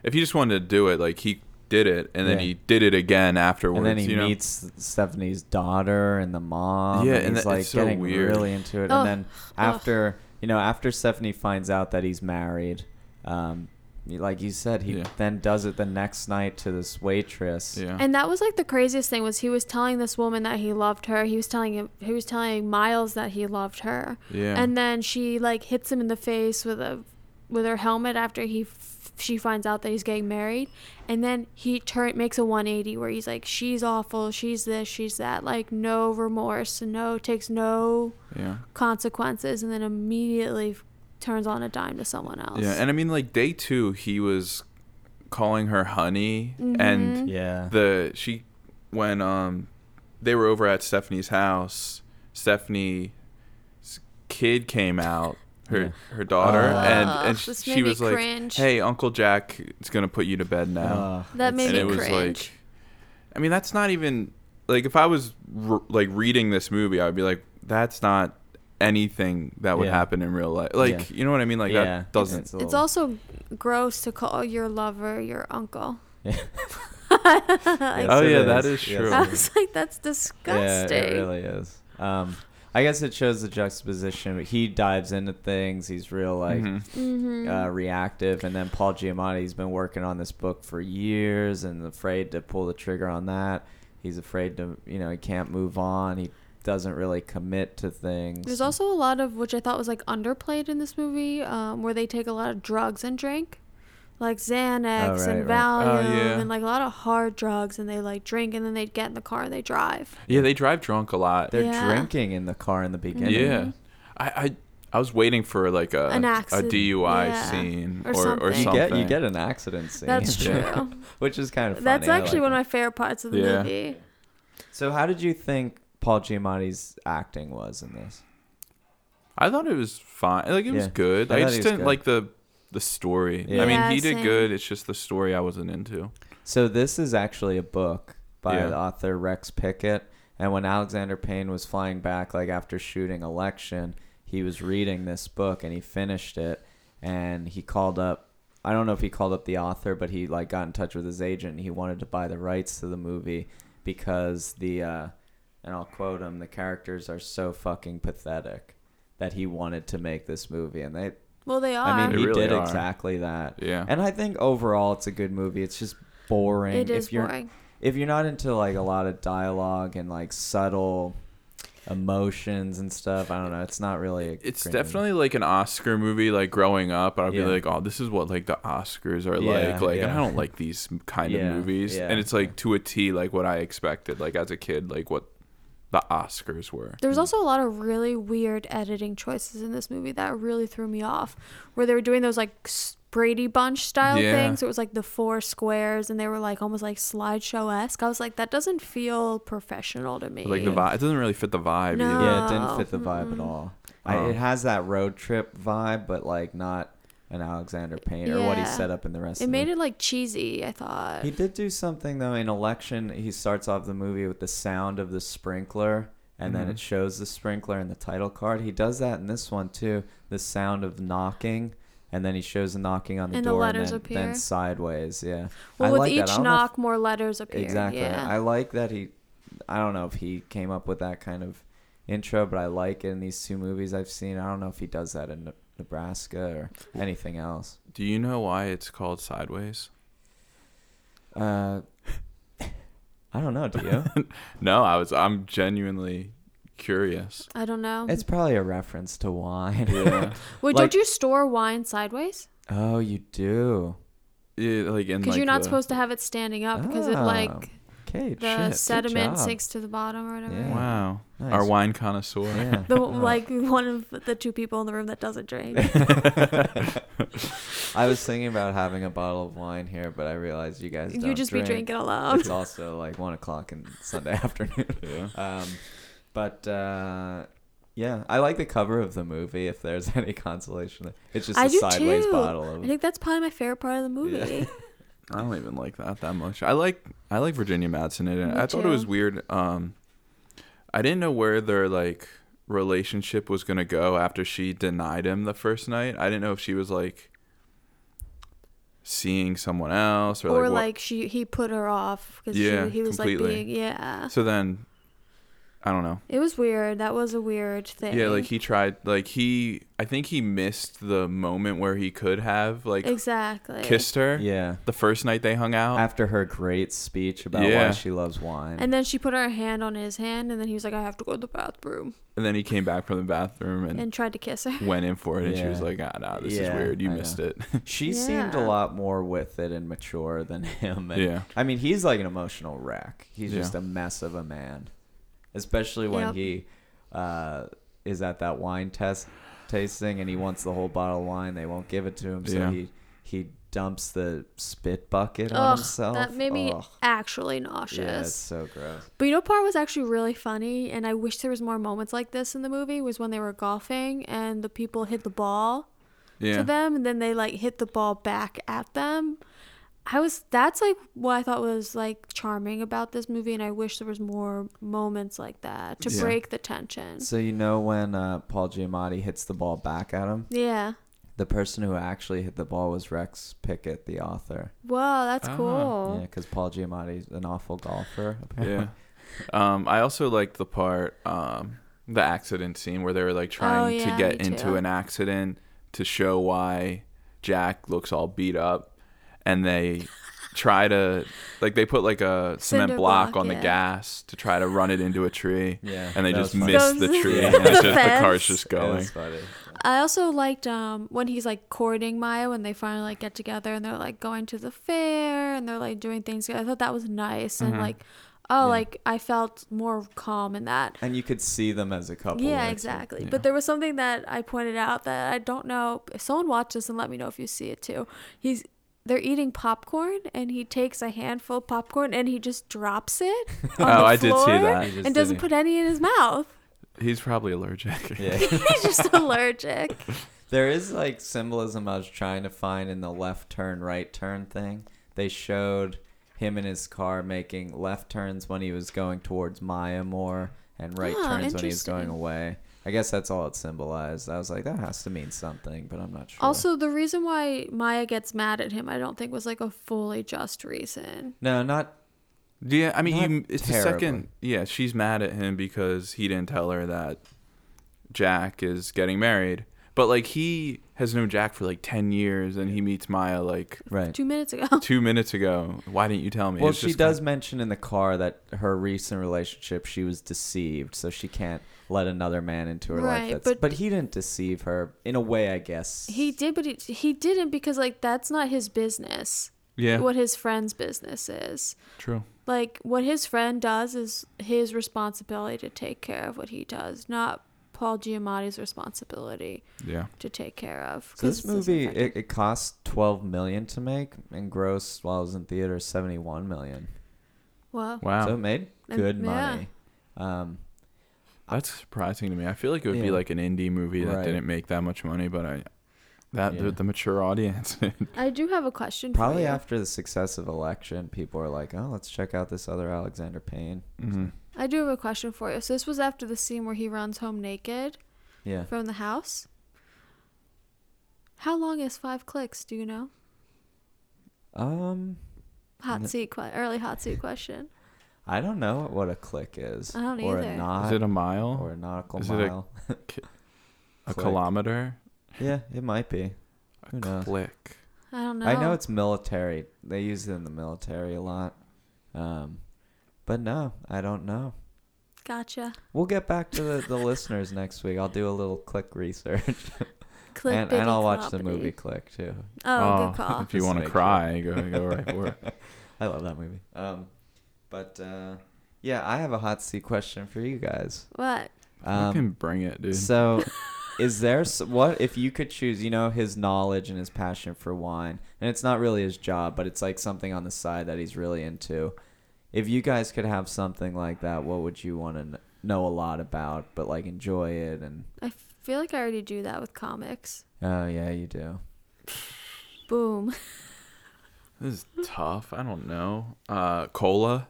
S3: if he just wanted to do it, like he did it and then
S1: Yeah.
S3: he did it again afterwards,
S1: And then he
S3: you know?
S1: meets Stephanie's daughter and the mom.
S3: Yeah,
S1: and,
S3: and
S1: he's
S3: that-
S1: like
S3: it's so
S1: getting
S3: weird.
S1: really into it. And
S2: Ugh,
S1: then
S2: ugh.
S1: after you know, after Stephanie finds out that he's married, um, like you said, he
S3: Yeah.
S1: then does it the next night to this waitress.
S3: yeah.
S2: And that was like the craziest thing was he was telling this woman that he loved her. He was telling him he was telling Miles that he loved her.
S3: yeah.
S2: And then she like hits him in the face with a with her helmet after he f- she finds out that he's getting married. And then he turn makes a 180 where he's like she's awful, she's this, she's that, like no remorse, no takes no
S3: yeah.
S2: consequences and then immediately turns on a dime to someone else.
S3: Yeah, and I mean like day two, he was calling her honey, and
S1: Yeah.
S3: the she when um they were over at Stephanie's house, Stephanie's kid came out. Her, her daughter
S1: Oh.
S3: and and
S2: Ugh,
S3: sh-
S2: this
S3: she
S2: made me
S3: was like,
S2: cringe.
S3: "Hey, Uncle Jack is gonna put you to bed now."
S1: Uh,
S2: That made
S3: and
S2: me
S3: it was
S2: cringe.
S3: like, I mean, that's not even like if I was r like reading this movie, I'd be like, "That's not anything that would
S1: Yeah.
S3: happen in real life." Like,
S1: Yeah.
S3: you know what I mean? Like
S1: Yeah.
S3: that doesn't.
S1: It's a
S2: it's
S1: little-
S2: also gross to call your lover your uncle.
S1: Yeah.
S2: I
S3: Oh,
S1: it
S3: yeah, that is
S1: Yes,
S3: true.
S1: it is.
S2: was like, that's disgusting.
S1: Yeah, it really is. Um, I guess it shows the juxtaposition. He dives into things. He's real like
S3: Mhm.
S2: Mhm.
S1: uh, reactive, and then Paul Giamatti's been working on this book for years and afraid to pull the trigger on that. He's afraid to, you know, he can't move on. He doesn't really commit to things.
S2: There's also a lot of which I thought was like underplayed in this movie, um, where they take a lot of drugs and drink, like Xanax
S1: Oh, right, right.
S2: and
S3: Oh,
S2: Valium,
S3: yeah.
S2: and like a lot of hard drugs, and they like drink, and then they'd get in the car and they drive.
S3: Yeah, they drive drunk a lot.
S1: they're
S2: Yeah. Mm-hmm.
S1: drinking in the car in the beginning.
S3: Yeah, I, I I was waiting for like a
S2: An
S3: a
S2: accident,
S3: DUI
S2: yeah,
S3: scene
S2: or
S3: or or,
S1: You
S3: something.
S2: something.
S1: get you get an accident scene.
S2: That's true.
S3: Yeah.
S1: Which is kind of funny.
S2: That's
S1: I
S2: actually
S1: like
S2: one of
S1: that.
S2: my favorite parts of the
S3: Yeah.
S2: movie.
S1: So how did you think Paul Giamatti's acting was in this?
S3: I thought it was fine. Like it was
S1: Yeah.
S3: good.
S1: I
S3: I,
S1: thought
S3: just
S1: it was
S3: didn't
S1: good.
S3: like the the story.
S1: Yeah.
S3: I mean,
S2: Yeah,
S3: he did
S2: same.
S3: good. It's just the story I wasn't into.
S1: So this is actually a book by
S3: Yeah.
S1: the author Rex Pickett. And when Alexander Payne was flying back, like after shooting election, he was reading this book and he finished it. And he called up. I don't know if he called up the author, but he like got in touch with his agent. and He wanted to buy the rights to the movie because the uh, and I'll quote him: the characters are so fucking pathetic that he wanted to make this movie, and they
S2: Well, they are.
S1: I mean,
S3: They
S1: he
S3: really
S1: did
S3: are.
S1: exactly that.
S3: Yeah.
S1: And I think overall, it's a good movie. It's just boring.
S2: it is
S1: if you're,
S2: boring.
S1: If you're not into like a lot of dialogue and like subtle emotions and stuff, I don't know. It's not really. A
S3: It's
S1: great movie.
S3: definitely like an Oscar movie. Like growing up, I'd
S1: Yeah.
S3: be like, "Oh, this is what like the Oscars are
S1: Yeah,
S3: like." Like, and I
S1: yeah.
S3: don't like these kind
S1: Yeah,
S3: of movies.
S1: yeah,
S3: and it's
S1: yeah.
S3: like to a T, like what I expected, like as a kid, like what the Oscars were.
S1: Hmm.
S2: There was also a lot of really weird editing choices in this movie that really threw me off, where they were doing those like s- Brady Bunch style
S3: Yeah.
S2: things. It was like the four squares, and they were like almost like slideshow esque. I was like, that doesn't feel professional to me.
S3: Like the vibe, it doesn't really fit the vibe.
S2: No.
S3: either.
S1: Yeah, it didn't
S2: Oh,
S1: fit the vibe at all. I,
S3: Oh.
S1: it has that road trip vibe, but like not an Alexander Payne or what he
S2: Yeah.
S1: set up in the rest.
S2: It
S1: of
S2: made
S1: the
S2: it like cheesy. I thought.
S1: He did do something though in election. He starts off the movie with the sound of the sprinkler, and then it shows the sprinkler in the title card. He does that in this one too. The sound of knocking, and then he shows the knocking on the
S2: And the
S1: door,
S2: letters
S1: and then, then
S2: appear.
S1: sideways. Yeah,
S2: well,
S1: I
S2: with
S1: like that. I
S2: each
S1: don't know if-
S2: knock, more letters appear.
S1: exactly.
S2: Yeah.
S1: I like that he. I don't know if he came up with that kind of intro, but I like it in these two movies I've seen. I don't know if he does that in Ne- Nebraska or anything else.
S3: Do you know why it's called Sideways?
S1: Uh, I don't know. Do you?
S3: No, I was. I'm genuinely curious.
S2: I don't know.
S1: It's probably a reference to wine.
S3: Yeah,
S2: Wait,
S1: like-
S2: don't you store wine sideways?
S1: oh, you do.
S3: yeah like in
S2: Because
S3: like
S2: you're not
S3: the-
S2: supposed to have it standing up because it
S1: Ah,
S2: like
S1: Okay,
S2: the
S1: shit, good
S2: sediment
S1: job.
S2: sinks to the bottom or whatever.
S1: Yeah.
S3: Wow,
S1: Nice.
S3: our wine connoisseur.
S1: Yeah.
S2: The
S3: Uh-huh.
S2: like one of the two people in the room that doesn't drink.
S1: I was thinking about having a bottle of wine here, but I realized you guys
S2: you
S1: don't
S2: just
S1: drink.
S2: be drinking alone.
S1: It's also like one o'clock in Sunday afternoon.
S3: Yeah.
S1: Um, but uh, yeah, I like the cover of the movie. If there's any consolation, it's just a
S2: I do
S1: sideways
S2: too.
S1: bottle of.
S2: I think that's probably my favorite part of the movie.
S3: I don't even like that that much. I like I like Virginia Madsen in it.
S2: Me
S3: I thought it was
S2: too.
S3: weird. Um, I didn't know where their like relationship was gonna go after she denied him the first night. I didn't know if she was like seeing someone else or,
S2: or
S3: like. what-
S2: like she he put her off because
S3: Yeah,
S2: he was
S3: completely.
S2: like being yeah.
S3: So then, I don't know.
S2: It was weird. That was a weird thing.
S3: Yeah, like he tried. Like he, I think he missed the moment where he could have like
S2: exactly
S3: kissed her.
S1: Yeah.
S3: The first night they hung out.
S1: After her great speech about
S3: Yeah.
S1: why she loves wine.
S2: And then she put her hand on his hand, and then he was like, "I have to go to the bathroom,"
S3: And then he came back from the bathroom and,
S2: and tried to kiss her.
S3: went in for it. And she was
S1: Yeah.
S3: like, ah, nah, this is
S1: Yeah,
S3: weird. You
S1: I
S3: missed
S1: know.
S3: it.
S1: She seemed a
S2: Yeah.
S1: lot more with it and mature than him. And,
S3: Yeah.
S1: I mean, he's like an emotional wreck. He's
S3: Yeah.
S1: just a mess of a man, especially when
S2: Yep.
S1: he uh, is at that wine test. tasting and he wants the whole bottle of wine. They won't give it to him, so
S3: Yeah.
S1: he he dumps the spit bucket on
S2: Ugh,
S1: himself.
S2: that made me
S1: Ugh.
S2: actually
S1: Yeah, it's
S2: nauseous.
S1: so gross.
S2: But you know, what part was actually really funny, and I wish there was more moments like this in the movie. Was when they were golfing and the people hit the ball
S3: Yeah.
S2: to them, and then they like hit the ball back at them. I was that's like what I thought was like charming about this movie, and I wish there was more moments like that to
S3: Yeah.
S2: break the tension.
S1: So you know when uh, Paul Giamatti hits the ball back at him,
S2: Yeah.
S1: the person who actually hit the ball was Rex Pickett, the author.
S2: Wow, that's
S3: Ah,
S1: Yeah,
S2: cool.
S1: 'cause Yeah, because Paul Giamatti's an awful golfer. Apparently.
S3: yeah. Um, I also liked the part, um, the accident scene where they were like trying
S2: Oh, yeah,
S3: to get
S2: me
S3: into
S2: too.
S3: an accident to show why Jack looks all beat up, and they try to like they put like a cement
S2: Cinder
S3: block,
S2: block,
S3: on
S2: yeah.
S3: the gas to try to run it into a tree.
S1: Yeah,
S3: And they
S1: that
S3: just
S1: was funny.
S3: miss the
S2: Goes
S3: tree.
S2: over
S3: and it's
S2: the
S3: just, the
S2: fence.
S3: car's just
S1: It
S3: going.
S1: was funny.
S2: I also liked um when he's like courting Maya when they finally like get together and they're like going to the fair and they're like doing things. together. I thought that was nice
S3: Mm-hmm.
S2: and like oh
S1: Yeah.
S2: like I felt more calm in that.
S1: And you could see them as a couple.
S2: yeah,
S1: there, too.
S2: exactly.
S3: yeah.
S2: But there was something that I pointed out that I don't know. If someone watched this and let me know if you see it too. He's they're eating popcorn and he takes a handful of popcorn and he just drops it on the
S3: Oh, I did see
S2: floor
S3: that.
S1: He just
S2: and doesn't
S1: didn't-
S2: put any in his mouth.
S3: He's probably allergic.
S1: Yeah.
S2: He's just allergic.
S1: there is like symbolism I was trying to find in the left turn, right turn thing. They showed him in his car making left turns when he was going towards Maya more and right
S2: Oh,
S1: turns when he was going
S2: interesting.
S1: away. I guess that's all it symbolized. I was like, that has to mean something, but I'm not sure.
S2: Also, the reason why Maya gets mad at him, I don't think was like a fully just reason.
S1: no, not
S3: Yeah, I mean,
S1: Not
S3: he, it's
S1: terribly.
S3: the second. Yeah, she's mad at him because he didn't tell her that Jack is getting married. But like, he has known Jack for like ten years, and he meets Maya like
S1: right.
S2: Two minutes ago.
S3: two minutes ago. Why didn't you tell me?
S1: Well,
S3: It's
S1: she
S3: just
S1: does mention in the car that her recent relationship she was deceived, so she can't let another man into her
S2: Right,
S1: life. That's,
S2: but-
S1: but, he didn't deceive her in a way, I guess.
S2: He did, but he, he didn't because, like, that's not his business.
S3: Yeah,
S2: What his friend's business is.
S3: true.
S2: Like, what his friend does is his responsibility to take care of what he does, not Paul Giamatti's responsibility
S3: Yeah,
S2: to take care of.
S1: So this
S2: 'cause it's
S1: movie
S2: affecting-
S1: it, it cost twelve million to make and grossed while it was in theaters seventy one million.
S2: well,
S3: wow,
S1: So it made
S2: Um,
S1: good
S2: yeah.
S1: money. Um,
S3: that's surprising to me. I feel like it would be
S1: Yeah.
S3: like an indie movie that
S1: Right.
S3: didn't make that much money, but I that
S1: Yeah.
S3: the, the mature audience.
S2: I do have a question for
S1: probably
S2: you.
S1: after the success of Election, people are like, "Oh, let's check out this other Alexander Payne."
S3: Mhm.
S1: Mm-hmm.
S2: I do have a question for you. So, this was after the scene where he runs home naked.
S1: Yeah,
S2: from the house. How long is five clicks? Do you know?
S1: um,
S2: Hot
S1: No.
S2: seat, que- early hot seat question.
S1: I don't know what a click is,
S2: I don't
S1: or
S2: either.
S1: a knot,
S3: Is it a mile?
S1: or a nautical
S3: is it a
S1: mile.
S3: a
S1: click?
S3: kilometer?
S1: Yeah, it might be.
S3: A
S1: Who knows?
S3: click.
S2: I don't know.
S1: I know it's military. They use it in the military a lot. Um, but no, I don't know.
S2: gotcha.
S1: We'll get back to the, the listeners next week. I'll do a little click research.
S2: Click
S1: and, and I'll
S2: biggie
S1: watch the
S2: cloppity.
S1: movie Click too.
S2: Oh, good call.
S3: If you
S1: Just
S3: want
S1: make sure.
S3: to cry, go go right for it.
S1: I love that movie. Um, but uh, yeah, I have a hot seat question for you guys.
S2: What?
S3: you
S1: Um,
S3: can bring it, dude.
S1: so, is there s- what if you could choose? You know, his knowledge and his passion for wine, and it's not really his job, but it's like something on the side that he's really into. If you guys could have something like that, what would you want to know a lot about, but like enjoy it? And
S2: I feel like I already do that with comics.
S1: oh yeah, you do.
S2: Boom.
S3: this is tough. I don't know. Uh, cola.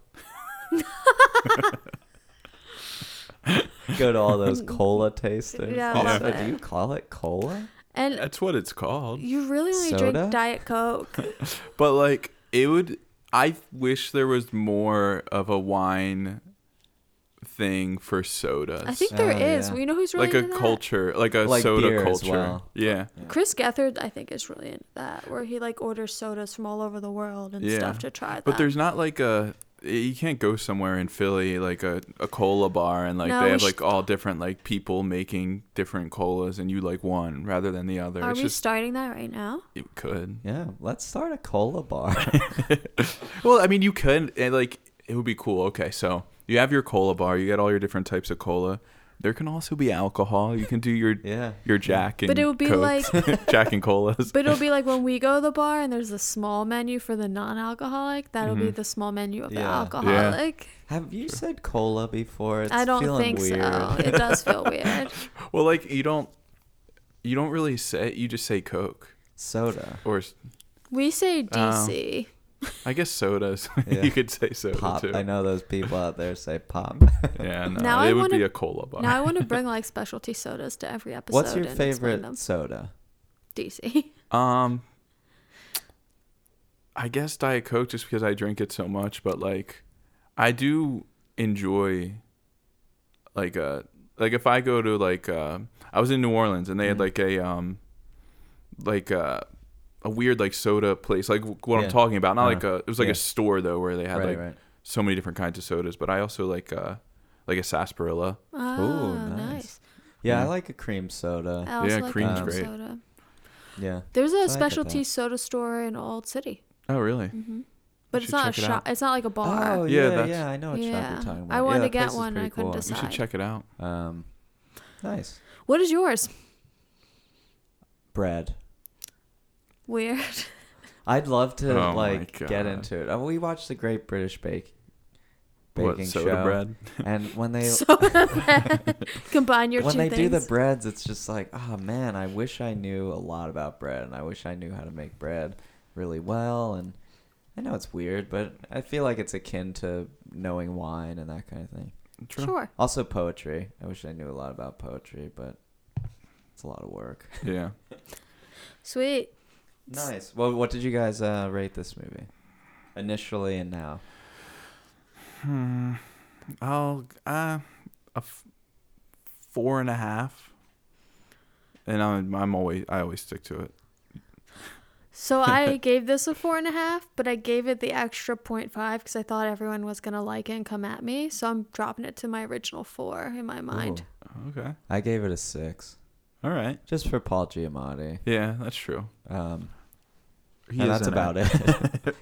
S1: Go to all those cola tasters.
S2: Yeah,
S3: I love
S1: Oh,
S2: it.
S1: do you call it cola?
S2: And
S3: That's what it's called.
S2: you really only
S1: Soda?
S2: drink Diet Coke.
S3: But like, it would. I wish there was more of a wine thing for sodas.
S2: I think there
S1: Oh,
S2: is.
S1: yeah.
S2: We know who's really
S3: like a
S2: into that?
S3: culture, like a
S1: Like beer
S3: soda
S1: as
S3: culture.
S1: well.
S3: Yeah.
S2: Chris Gethard, I think, is really into that, where he like orders sodas from all over the world and
S3: Yeah.
S2: stuff to try. That.
S3: But there's not like a. You can't go somewhere in Philly like a, a cola bar and like
S2: No,
S3: they
S2: we
S3: have
S2: sh-
S3: like all different like people making different colas and you like one rather than the other.
S2: Are
S3: it's
S2: we
S3: just
S2: starting that right now?
S3: you could.
S1: Yeah, let's start a cola bar.
S3: Well, I mean, you eh, could and like it would be cool. Okay, so you have your cola bar. You get all your different types of cola. There can also be alcohol. You can do your
S1: Yeah.
S3: your Jack and
S2: But it would be
S3: Cokes. Jack and colas.
S2: But it'll be like when we go to the bar and there's the small menu for the non-alcoholic. That'll
S3: Mm-hmm.
S2: be the small menu of the
S1: Yeah. Yeah.
S2: alcoholic.
S1: Have you said cola before? It's
S2: I don't
S1: feeling
S2: think
S1: weird.
S2: so. It does feel weird.
S3: Well, like you don't you don't really say you just say Coke
S1: Soda.
S3: or s-
S2: We say
S3: Oh.
S2: DC.
S3: I guess sodas.
S1: Yeah.
S3: you could say soda
S1: Pop.
S3: too.
S1: I know those people out there say pop.
S3: Yeah, no,
S2: Now
S3: it
S2: I
S3: would be
S2: wanna-
S3: a cola bar.
S2: Now I want to bring like specialty sodas to every episode.
S1: What's your
S2: and explain
S1: favorite
S2: them.
S1: soda?
S2: DC.
S3: Um, I guess Diet Coke just because I drink it so much, but like, I do enjoy, like uh like if I go to like uh I was in New Orleans and they had
S1: Mhm.
S3: like a um, like uh a weird like soda place like what
S1: Yeah.
S3: I'm talking about not
S1: Uh-huh.
S3: like a it was like
S1: Yeah.
S3: a store though where they had
S1: right,
S3: like
S1: right.
S3: so many different kinds of sodas, but I also like uh like a sarsaparilla.
S2: Ah,
S1: nice.
S2: nice.
S1: Yeah, I
S3: Yeah.
S1: like a cream soda.
S2: I also
S3: Yeah,
S2: like
S3: cream's
S2: cream
S3: great.
S2: soda.
S1: Yeah.
S2: There's a
S1: that.
S2: specialty soda store in Old City, Mm-hmm.
S3: Oh really?
S2: but it's
S3: should
S2: not a
S3: check it
S2: shop. It's not like a bar.
S1: Oh
S3: Yeah,
S1: yeah, yeah,
S3: that's-
S1: I know what shop
S2: Yeah.
S1: you're talking
S2: I
S1: about.
S2: wanted
S1: yeah,
S2: to
S1: that
S2: get
S1: place is
S2: one, I
S1: pretty
S2: couldn't
S1: cool.
S3: You should
S2: Side.
S3: check it out.
S1: Um, nice
S2: What is yours?
S1: bread.
S2: Weird.
S1: I'd love to
S3: Oh my
S1: like get
S3: God.
S1: into it. Oh, we watched the Great British Bake Baking
S3: What soda
S1: Show,
S3: bread?
S1: and when they
S2: soda bread. Combine your
S1: when
S2: two
S1: they do
S2: things.
S1: the breads, it's just like, oh man, I wish I knew a lot about bread, and I wish I knew how to make bread really well. And I know it's weird, but I feel like it's akin to knowing wine and that kind of thing.
S3: True.
S2: Sure.
S1: Also, poetry. I wish I knew a lot about poetry, but it's a lot of work.
S3: Yeah.
S2: Sweet.
S1: Nice. Well, what did you guys uh, rate this movie? Initially and now.
S3: Hmm. I'll uh, a f- four and a half. And I'm I'm always I always stick to it.
S2: So I gave this a four and a half, but I gave it the extra 0.5 because I thought everyone was gonna like it and come at me. So I'm dropping it to my original four in my mind.
S1: Ooh.
S3: Okay.
S1: I gave it a six,
S3: All right.
S1: just for Paul Giamatti.
S3: Yeah, that's true.
S1: Um, and that's about it.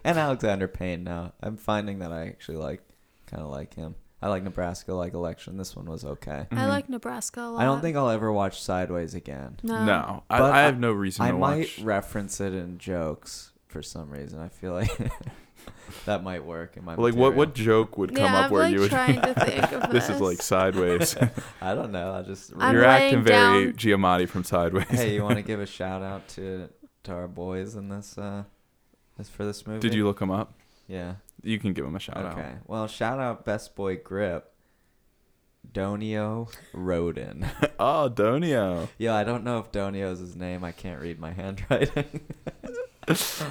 S1: and Alexander Payne. Now I'm finding that I actually like, kind of like him. I like Nebraska, like Election. This one was okay.
S2: I like Nebraska a lot.
S1: Mm-hmm. I don't think I'll ever watch Sideways again.
S2: No.
S3: no, I,
S1: But
S3: I
S1: I-
S3: have no reason
S1: I
S3: to
S1: might
S3: watch.
S1: reference it in jokes for some reason. I feel like that might work in my
S3: like what what
S1: material.
S3: joke would come
S2: yeah,
S3: up
S2: I'm
S3: where
S2: like
S3: you would
S2: trying to think of
S3: this is like sideways.
S1: I don't know. I just
S2: I'm
S3: You're
S2: laying
S3: acting very
S2: down-
S3: Giamatti from Sideways.
S1: hey, you want to give a shout out to to our boys in this uh this for this movie?
S3: Did you look him up?
S1: Yeah.
S3: You can give him a shout
S1: okay.
S3: out.
S1: Well, shout out best boy grip. Donio Roden.
S3: Oh, Donio.
S1: yeah, I don't know if Donio is his name. I can't read my handwriting.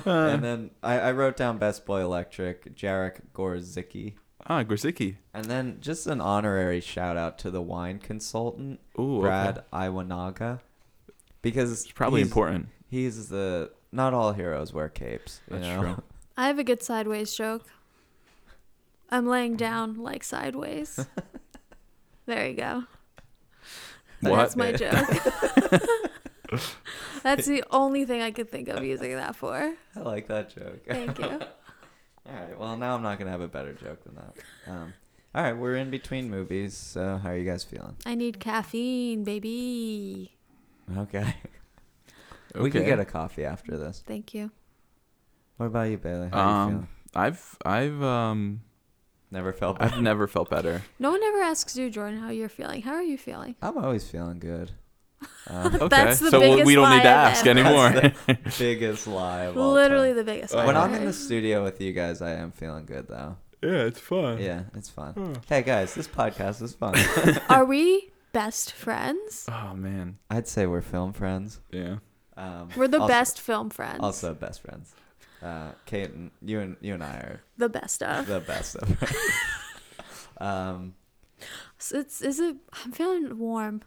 S3: Uh.
S1: and then I, I wrote down Best Boy Electric, Jarek Gorzicki.
S3: Ah, Grzycki.
S1: And then just an honorary shout out to the wine consultant,
S3: Ooh, okay.
S1: Brad Iwanaga. Because
S3: It's probably
S1: he's-
S3: important.
S1: He's the not all heroes wear capes. You
S3: That's
S1: know?
S3: true.
S2: I have a good sideways joke. I'm laying down like sideways. there you go.
S3: What?
S2: That's my joke. That's the only thing I could think of using that for.
S1: I like that joke.
S2: Thank you.
S1: All right. Well, now I'm not gonna have a better joke than that. Um, all right, we're in between movies. So how are you guys feeling?
S2: I need caffeine, baby.
S1: Okay. We could
S3: Okay.
S1: get a coffee after this.
S2: Thank you.
S1: What about you, Bailey? How are you
S3: Um,
S1: feeling?
S3: I've I've um
S1: Never felt.
S3: I've
S1: Bad.
S3: never felt better.
S2: No one ever asks you, Jordan, how you're feeling. How are you feeling?
S1: I'm always feeling good. Um,
S3: Okay,
S2: That's the
S3: so we- we
S2: biggest
S3: don't
S2: lie
S3: need to
S2: I've
S3: ask
S2: ever-
S3: anymore.
S1: biggest lie of all
S2: Literally
S1: time.
S2: the biggest. lie
S1: When
S2: I've
S1: I'm in
S2: heard.
S1: the studio with you guys, I am feeling good though.
S3: yeah, it's fun.
S1: Yeah, it's
S3: Hmm.
S1: fun. Hey guys, this podcast is fun.
S2: Are we best friends?
S3: Oh man.
S1: I'd say we're film friends.
S3: Yeah.
S1: Um,
S2: We're the
S1: also-
S2: best film friends.
S1: Also best friends. Uh, Kate and you and you and I
S2: the best
S1: are
S2: of.
S1: the best of friends. um,
S2: So It's is it? I'm feeling warm.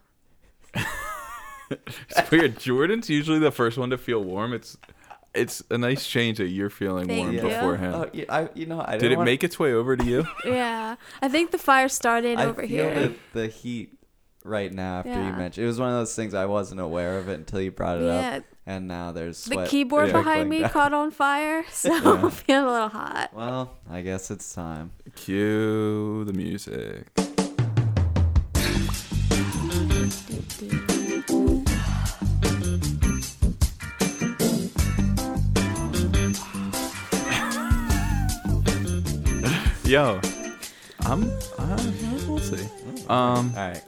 S3: It's weird. Jordan's usually the first one to feel warm. It's it's a nice change that you're feeling
S2: Thank
S3: warm
S1: you.
S3: before him.
S1: oh, you, I, you know, I
S3: Did
S1: didn't
S3: it
S1: want-
S3: make its way over to you?
S2: Yeah, I think the fire started
S1: I
S2: over
S1: feel
S2: here.
S1: The, the heat right now after you
S2: Yeah.
S1: mentioned it was one of those things I wasn't aware of it until you brought it
S2: Yeah,
S1: up, and now there's
S2: the
S1: sweat
S2: keyboard
S3: Yeah.
S2: behind
S1: trickling
S2: me
S1: down.
S2: caught on fire, so I'm feeling a little hot.
S1: Well, I guess it's time.
S3: Cue the music. Yo, I'm. i we'll see. Um,
S1: All right.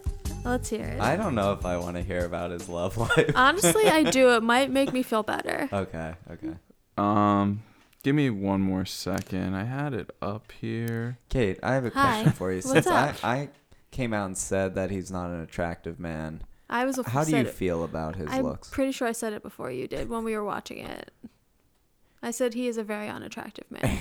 S2: Let's hear it.
S1: I don't know if I want to hear about his love life.
S2: Honestly, I do. It might make me feel better.
S1: okay. Okay.
S3: um, give me one more second. I had it up here.
S1: Kate, I have a
S2: Hi.
S1: question for you.
S2: What's
S1: Since I,
S2: up?
S1: I came out and said that he's not an attractive man,
S2: I was.
S1: how do
S2: said
S1: you
S2: it-
S1: feel about his
S2: I'm
S1: looks?
S2: pretty sure I said it before you did when we were watching it. I said he is a very unattractive man.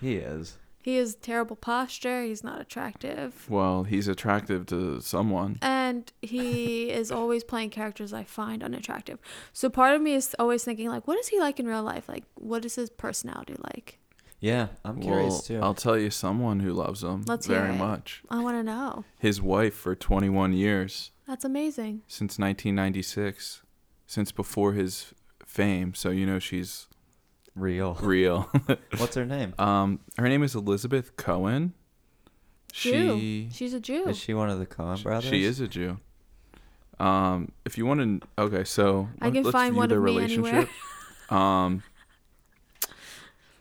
S1: he is.
S2: he has terrible posture. He's not attractive.
S3: Well, he's attractive to someone.
S2: And he is always playing characters I find unattractive. So part of me is always thinking, like, what is he like in real life? Like, what is his personality like?
S1: Yeah, I'm
S3: Well,
S1: curious too.
S3: I'll tell you someone who loves him
S2: Let's hear
S3: very
S2: it.
S3: much.
S2: I want to know.
S3: His wife for 21 years
S2: That's amazing.
S3: since 1996, since before his fame. So you know she's
S1: Real.
S3: real.
S1: What's her name?
S3: um, her name is Elizabeth Cohen.
S2: Jew.
S3: She
S2: She's a Jew.
S1: Is she one of the Coen
S3: Sh-
S1: brothers?
S3: She is a Jew. Um, if you want to, okay, so
S2: I can
S3: let's
S2: find
S3: view
S2: one
S3: their
S2: of me anywhere.
S3: relationship. um,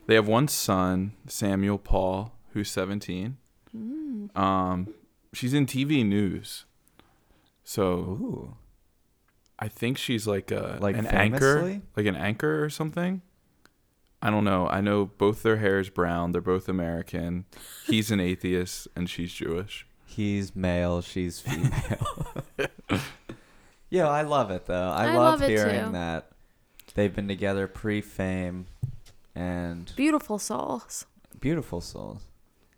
S3: they have one son, Samuel Paul, who's seventeen.
S2: Mm.
S3: Um, she's in TV news, so
S1: Ooh.
S3: I think she's like a
S1: Like
S3: an
S1: famously?
S3: anchor, like an anchor or something. I don't know. I know both their hair is brown. They're both American. He's an atheist and she's Jewish.
S1: He's male, she's female. yeah, I love it though. I,
S2: I
S1: love,
S2: love it,
S1: hearing
S2: too.
S1: that they've been together pre-fame and
S2: Beautiful souls.
S1: beautiful souls.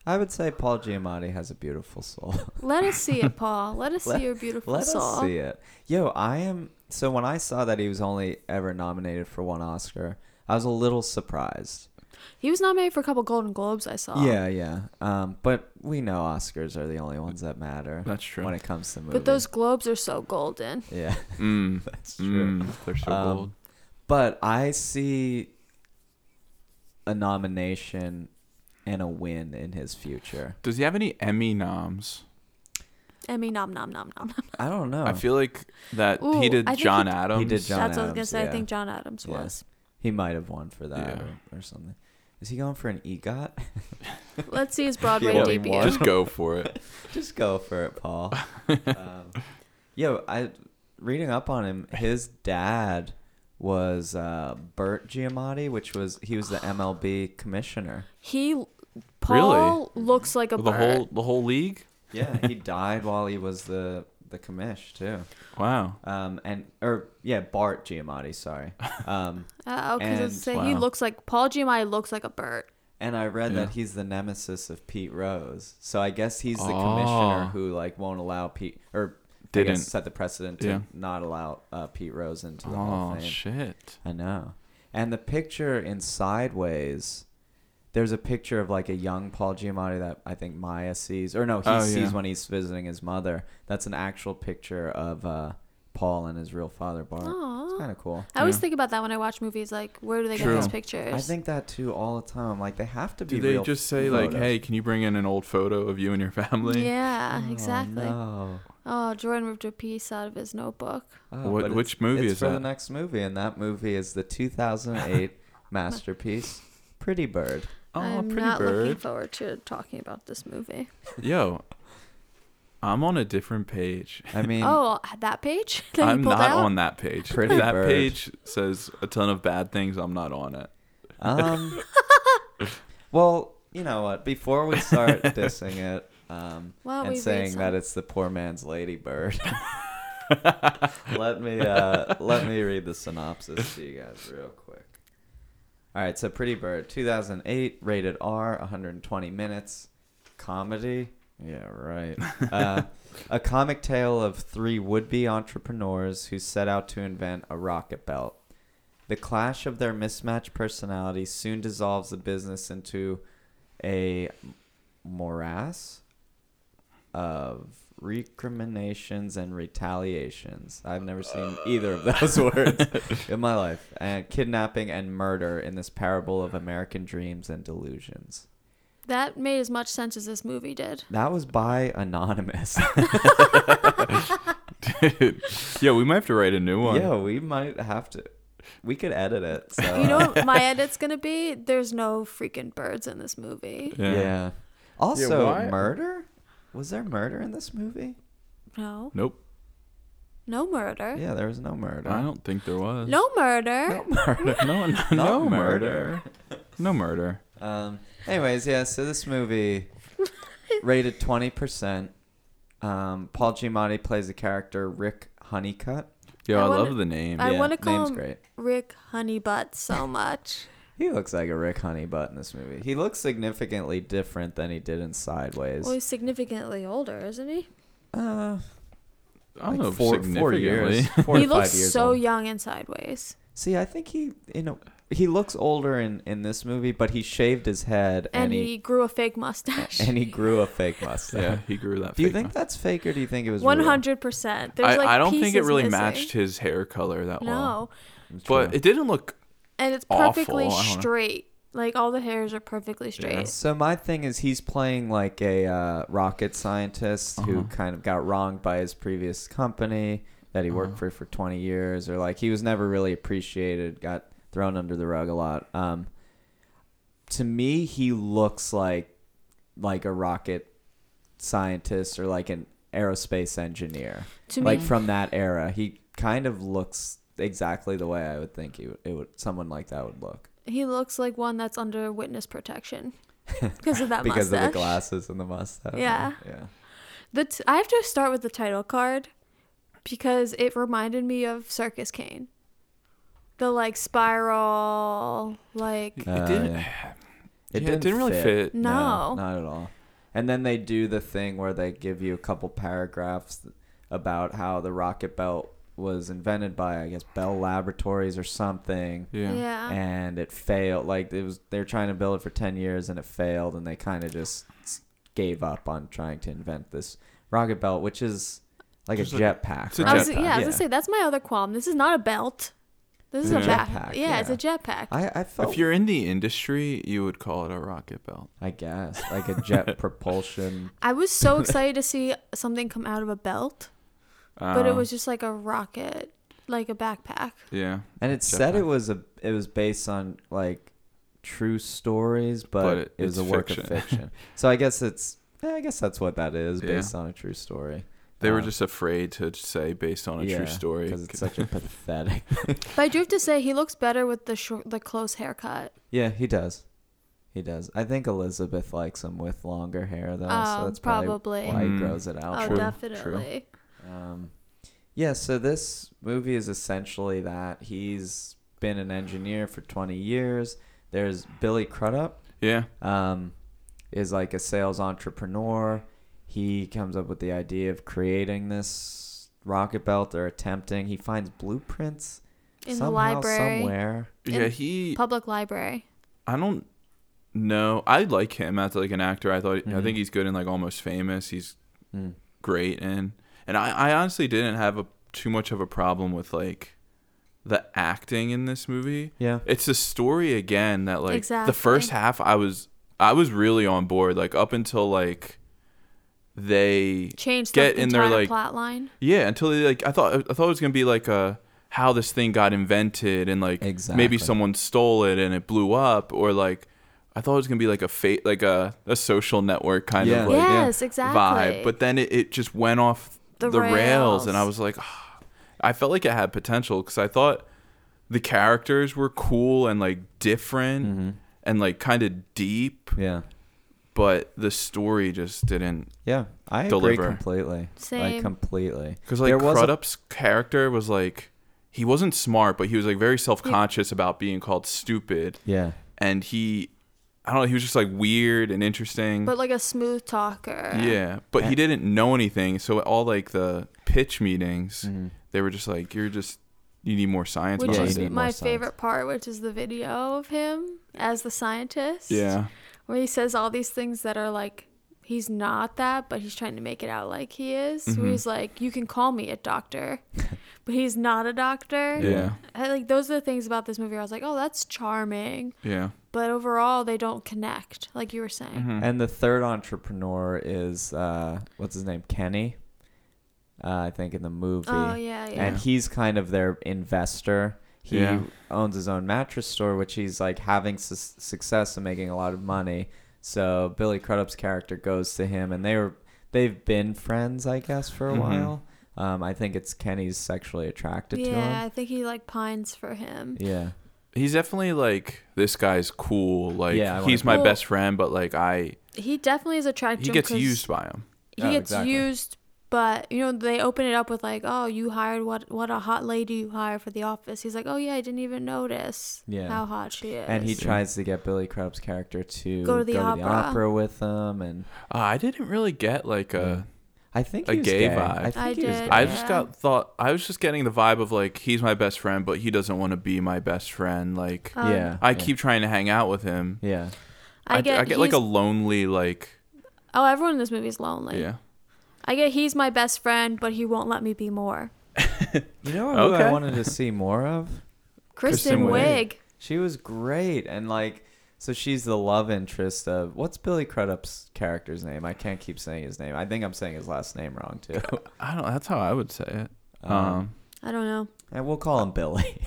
S1: I would say Paul Giamatti has a beautiful soul.
S2: Let us see it, Paul. Let us
S1: Let-
S2: see your beautiful
S1: Let
S2: soul.
S1: us see it. Yo, I am so when I saw that he was only ever nominated for one Oscar, I was a little surprised.
S2: He was nominated for a couple Golden Globes I saw.
S1: Yeah, yeah. Um, but we know Oscars are the only ones that matter
S3: That's true.
S1: when it comes to movies.
S2: But those globes are so golden.
S1: yeah,
S3: Mm,
S1: that's true.
S3: mm, they're so
S1: Um,
S3: bold.
S1: But I see a nomination and a win in his future.
S3: Does he have any Emmy noms?
S2: Emmy nom nom nom nom. nom.
S1: I don't know.
S3: I feel like that he
S2: Ooh,
S3: did
S2: I think
S3: John
S2: he- He
S3: Adams.
S1: Oh. did John
S2: That's what I was gonna
S1: Adams,
S2: say.
S1: yeah.
S2: I think John Adams
S1: Yeah.
S2: was.
S1: he might have won for that
S3: Yeah.
S1: or, or something. Is he going for an EGOT?
S2: Let's see his Broadway
S1: Yeah,
S2: debut.
S1: Adams.
S3: Just go for it.
S1: Just go for it, Paul. um, yo, I reading up on him. His dad was uh, Bert Giamatti, which was he was the MLB commissioner.
S2: He Paul looks like a
S3: the
S2: bird.
S3: whole the whole league.
S1: Yeah, he died while he was the the commish too.
S3: Wow.
S1: Um, and or yeah, Bart Giamatti. Sorry. Um,
S2: Uh, because I
S1: And-
S2: was saying he
S3: Wow.
S2: looks like Paul Giamatti looks like a bird.
S1: and I read
S3: Yeah.
S1: that he's the nemesis of Pete Rose. So I guess he's the commissioner
S3: Oh.
S1: who like won't allow Pete or. I
S3: Didn't.
S1: guess set the precedent to
S3: Yeah.
S1: not allow uh, Pete Rose into the Hall
S3: Oh
S1: of Fame.
S3: shit.
S1: I know. And the picture in Sideways, there's a picture of like a young Paul Giamatti that I think Maya sees, or no, he
S3: Oh,
S1: sees
S3: yeah.
S1: when he's visiting his mother. That's an actual picture of uh, Paul and his real father, Bart. Oh, It's
S2: Aw.
S1: kind of cool.
S2: I always
S3: Yeah.
S2: think about that when I watch movies. Like, where do they
S3: True.
S2: get these pictures?
S1: I think that too all the time. I'm like, they have to be.
S3: Do they
S1: real
S3: just say like,
S1: photos.
S3: "Hey, can you bring in an old photo of you and your family?"
S2: Yeah,
S1: Oh,
S2: Uh, exactly.
S1: no.
S2: Oh, Jordan ripped a piece out of his notebook.
S1: Oh,
S3: What-
S1: but
S3: which
S1: it's-
S3: movie
S1: it's
S3: is
S1: for the
S3: that?
S1: next movie, and that movie is the 2008 masterpiece, Pretty Bird.
S3: Oh,
S2: I'm
S3: pretty
S2: not looking
S3: bird.
S2: forward to talking about this movie.
S3: Yo, I'm on a different page.
S1: I mean,
S2: oh, that page that you
S3: I'm
S2: pulled
S3: not
S2: out.
S3: on that page.
S1: Pretty
S3: that
S1: bird.
S3: page says a ton of bad things. I'm not on it.
S1: Um, well, you know what? Before we start dissing it um,
S2: Well,
S1: and
S2: we've
S1: saying
S2: reached
S1: that
S2: some-
S1: it's the poor man's ladybird, let me uh, let me read the synopsis to you guys real quick. All right, so Pretty Bird, 2008, rated R, 120 minutes, comedy. Yeah, right. Uh, a comic tale of three would-be entrepreneurs who set out to invent a rocket belt. The clash of their mismatched personalities soon dissolves the business into a morass of recriminations and retaliations. I've never seen either of those words in my life. And kidnapping and murder in this parable of American dreams and delusions.
S2: That made as much sense as this movie did.
S1: That was by Anonymous.
S3: Dude. Yo, we might have to write a new one.
S1: Yo, we might have to. We could edit it. So.
S2: You know what my edit's gonna be? There's no freaking birds in this movie.
S1: Yeah. Also,
S4: why-
S1: murder. Was there murder in this movie?
S2: No.
S3: Nope.
S2: No murder.
S1: Yeah, there was no murder.
S3: I don't think there was.
S2: No murder.
S1: murder.
S3: No, no,
S1: Not
S3: no
S1: murder.
S3: murder. No murder.
S1: Um. Anyways, yeah. So this movie rated twenty percent. Um. Paul Giamatti plays the character Rick Honeycutt.
S3: Yo,
S2: I
S3: I,
S2: wanna-
S3: love the name.
S2: I
S1: Yeah,
S2: want to call
S1: name's
S2: him
S1: great.
S2: Rick Honeybutt so much.
S1: He looks like a Rick Honeybutt in this movie. He looks significantly different than he did in Sideways.
S2: well, he's significantly older, isn't he?
S1: Uh,
S3: I don't
S1: like
S3: know
S1: four,
S3: significantly.
S1: four years. Four
S2: he
S1: to five
S2: looks
S1: years
S2: so
S1: old.
S2: young and sideways.
S1: See, I think he you know he looks older in in this movie, but he shaved his head
S2: And
S1: and,
S2: he, grew a fake mustache.
S1: and he grew a fake mustache.
S3: Yeah, he grew that.
S1: Do you
S3: fake
S1: think
S3: mu-
S1: that's fake or do you think it was real?
S2: One hundred percent. There's
S3: I,
S2: like
S3: I don't think it
S2: pieces
S3: really
S2: missing.
S3: matched his hair color that well.
S2: No,
S1: It's
S3: But
S1: true.
S3: it didn't look.
S2: and it's
S3: Awful,
S2: perfectly
S3: I don't know.
S2: straight. Like all the hairs are perfectly straight.
S1: so my thing is he's playing like a uh, rocket scientist who
S3: Uh-huh.
S1: kind of got wronged by his previous company that he worked for
S2: Uh-huh.
S1: for 20 years or like he was never really appreciated, got thrown under the rug a lot. Um, to me he looks like like a rocket scientist or like an aerospace engineer.
S2: To
S1: like
S2: me,
S1: from that era. He kind of looks exactly the way I would think he would, it would someone like that would look
S2: he looks like one that's under witness protection because of that
S1: because
S2: mustache.
S1: of the glasses and the mustache.
S2: Yeah.
S1: yeah.
S2: The t- I have to start with the title card because it reminded me of Circus Kane. The like spiral, like
S1: Uh,
S3: it didn't.
S1: yeah.
S3: It, didn't really fit.
S2: no.
S1: not at all. And then they do the thing where they give you a couple paragraphs about how the rocket belt was invented by, I guess, Bell Laboratories or something.
S3: Yeah.
S2: yeah.
S1: And it failed. Like it was, they were trying to build it for ten years, and it failed, and they kind of just s- gave up on trying to invent this rocket belt, which is like
S3: Just
S1: a
S3: like a-
S1: jetpack.
S3: it's a
S2: I was,
S1: right?
S2: yeah, I was gonna say that's my other qualm. This is not a belt. This is
S3: Yeah.
S2: a
S1: Jetpack,
S2: jetpack. Yeah, it's
S1: yeah.
S2: a jetpack.
S1: I, I felt.
S3: If you're in the industry, you would call it a rocket belt.
S1: I guess like a jet propulsion.
S2: I was so excited to see something come out of a belt, but it
S1: Oh.
S3: Um,
S2: was just like a rocket, like a backpack.
S3: Yeah.
S1: And it said it was a it was based on like true stories, but,
S3: But
S1: it,
S3: it-
S1: was a
S3: it's
S1: work of
S3: fiction.
S1: fiction. so I guess it's eh, I guess that's what that is
S3: Yeah.
S1: based on a true story.
S3: They were
S1: Um,
S3: just afraid to say based on a
S1: yeah,
S3: true story.
S1: because it's such a pathetic.
S2: But I do have to say he looks better with the short, the close haircut.
S1: yeah, he does. He does. I think Elizabeth likes him with longer hair though,
S2: Oh,
S1: so that's probably,
S2: probably.
S1: why he
S3: Mm.
S1: grows it
S2: Oh,
S1: out.
S3: True, def-
S2: definitely.
S1: Um, yeah, so this movie is essentially that he's been an engineer for 20 years. There's Billy Crudup,
S3: yeah.
S1: um, is like a sales entrepreneur. He comes up with the idea of creating this rocket belt or attempting. He finds blueprints
S2: In the
S1: somehow,
S2: library.
S1: somewhere.
S3: Yeah. He.
S2: Public library.
S3: I don't know. I like him as like an actor. I thought I
S1: Mhm.
S3: think he's good in like Almost Famous. He's
S1: Mm.
S3: great in, and I, I honestly didn't have a too much of a problem with like the acting in this movie.
S1: Yeah.
S3: It's the story again that like
S2: Exactly.
S3: the first half I was I was really on board like up until like they
S2: Change the
S3: Get in there,
S2: entire
S3: like-
S2: plot line.
S3: yeah, until they, like I thought I thought it was gonna be like a how this thing got invented and like
S1: Exactly.
S3: maybe someone stole it and it blew up or like I thought it was gonna be like a fate like a, a social network kind
S1: Yeah.
S3: of like
S2: yes, exactly.
S3: vibe. But then it, it just went off
S2: The
S3: the, rails.
S2: rails.
S3: and I was like, "Ah." I felt like it had potential because I thought the characters were cool and like different and like kind of deep,
S1: Mm-hmm. Yeah.
S3: but the story just didn't.
S1: Yeah. I agree
S3: Deliver.
S1: completely. Like
S2: Same.
S1: completely.
S3: Because like
S1: There was a-
S3: Crudup's character was like, he wasn't smart, but he was like very self conscious about being called stupid,
S1: Yeah.
S3: and he, I don't know, he was just like weird and interesting.
S2: but like a smooth talker.
S3: Yeah, but he didn't know anything. So at all like the pitch meetings,
S1: Mm. Mm-hmm.
S3: they were just like, "You're just you need more science
S2: Which
S1: Yeah,
S3: behind
S2: is
S1: you
S3: it."
S1: need
S2: my
S1: more science.
S2: favorite part, which is the video of him as the scientist.
S3: Yeah,
S2: Where he says all these things that are like he's not that, but he's trying to make it out like he is. Where he's like, You can call me a doctor. but he's not a doctor.
S3: yeah,
S2: I, like those are the things about this movie where I was like, Oh, that's charming.
S3: yeah.
S2: But overall they don't connect, like you were saying.
S3: Mm-hmm.
S1: And the third entrepreneur is uh, what's his name? Kenny. Uh, I think in the movie.
S2: Oh yeah, yeah.
S1: and he's kind of their investor. He
S3: Yeah.
S1: owns his own mattress store, which he's like having su- success and making a lot of money. So Billy Crudup's character goes to him, and they were they've been friends, I guess, for a
S3: Mhm.
S1: while. Um, I think it's Kenny's sexually attracted to
S2: yeah,
S1: him.
S2: I think he like pines for him.
S1: Yeah,
S3: He's definitely like this guy's cool. Like
S1: Yeah, I wanna-
S3: he's my
S2: Well-
S3: best friend, but like I
S2: He definitely is attracted.
S3: he
S2: to him
S3: gets
S2: 'cause
S3: used by him.
S2: He
S1: Oh,
S2: gets
S1: exactly.
S2: used, but you know they open it up with like, "Oh, you hired what? What a hot lady you hired for the office." He's like, "Oh yeah, I didn't even notice
S1: Yeah.
S2: how hot she is."
S1: and he
S3: Yes.
S1: tries to get Billy Crudup's character to
S2: Go to the opera.
S1: with him, and
S3: Uh, I didn't really get like a.
S1: I think
S3: A
S1: he was
S3: gay
S1: gay.
S3: vibe.
S1: I, think
S2: I
S1: he was
S2: did.
S1: gay.
S3: I
S2: Yeah.
S3: just got thought. I was just getting the vibe of like he's my best friend, but he doesn't want to be my best friend. Like
S2: Um,
S1: yeah,
S3: I
S1: yeah.
S3: keep trying to hang out with him.
S1: yeah.
S2: I get,
S3: I get like a
S2: he's-
S3: lonely like.
S2: oh, everyone in this movie is lonely.
S3: yeah.
S2: I get he's my best friend, but he won't let me be more.
S1: You know who I
S3: Okay.
S1: wanted to see more of?
S2: Kristen,
S3: Kristen
S2: Wiig.
S3: Wiig.
S1: She was great, and like, so she's the love interest of what's Billy Crudup's character's name? I can't keep saying his name. I think I'm saying his last name wrong too.
S3: I don't. That's how I would say it.
S1: Um,
S3: Um.
S2: I don't know.
S1: and we'll call him Billy.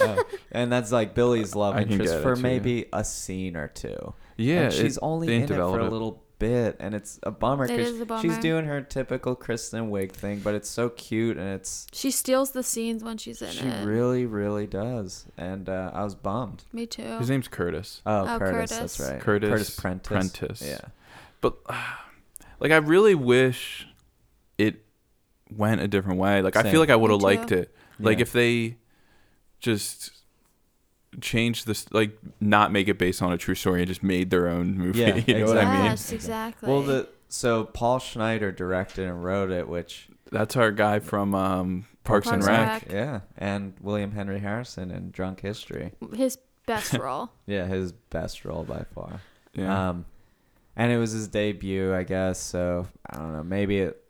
S1: Uh, and that's like Billy's love
S3: I can
S1: interest
S3: get it,
S1: for
S3: yeah.
S1: maybe a scene or two.
S3: yeah.
S1: and she's
S3: it-
S1: only
S3: they
S1: in it
S3: didn't
S1: for
S3: develop
S1: a little bit, and it's a bummer
S2: It
S1: because
S2: is a
S1: she's
S2: bummer.
S1: doing her typical Kristen Wiig thing, but it's so cute and it's
S2: She steals the scenes when she's in
S1: she
S2: it.
S1: really, really does, and uh, I was bummed.
S2: me too.
S3: His name's Curtis.
S1: Oh,
S2: Oh,
S1: Curtis,
S2: Curtis.
S1: that's right.
S3: Curtis
S1: Curtis Prentice.
S3: Prentice.
S1: Yeah.
S3: But like, I really wish it went a different way. Like, I
S1: Same.
S3: feel like I would have
S2: Me too.
S3: liked it. Like
S1: Yeah.
S3: if they just changed this, like not make it based on a true story and just made their own movie.
S1: Yeah,
S3: you know what I mean?
S2: Yes, exactly.
S1: Well, the so Paul Schneider directed and wrote it, which
S3: That's our guy from um, Parks, and
S2: Parks
S3: Rec.
S2: and Rec.
S1: yeah, and William Henry Harrison in Drunk History,
S2: his best role.
S1: yeah, his best role by far.
S3: Yeah.
S1: Um, and it was his debut, I guess. So I don't know. Maybe it,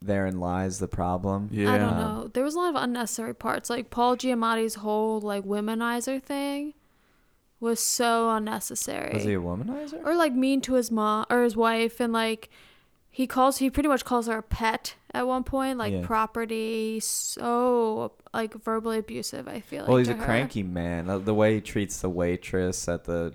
S1: therein lies the problem. Um,
S3: yeah.
S2: I don't know. There was a lot of unnecessary parts. Like Paul Giamatti's whole like womanizer thing was so unnecessary.
S1: Was he a womanizer?
S2: or like mean to his mom or his wife and like he calls he pretty much calls her a pet at one point, like
S1: Yeah.
S2: property, so like verbally abusive, I feel like.
S1: well, he's
S2: to
S1: a
S2: her.
S1: cranky man. The- The way he treats the waitress at the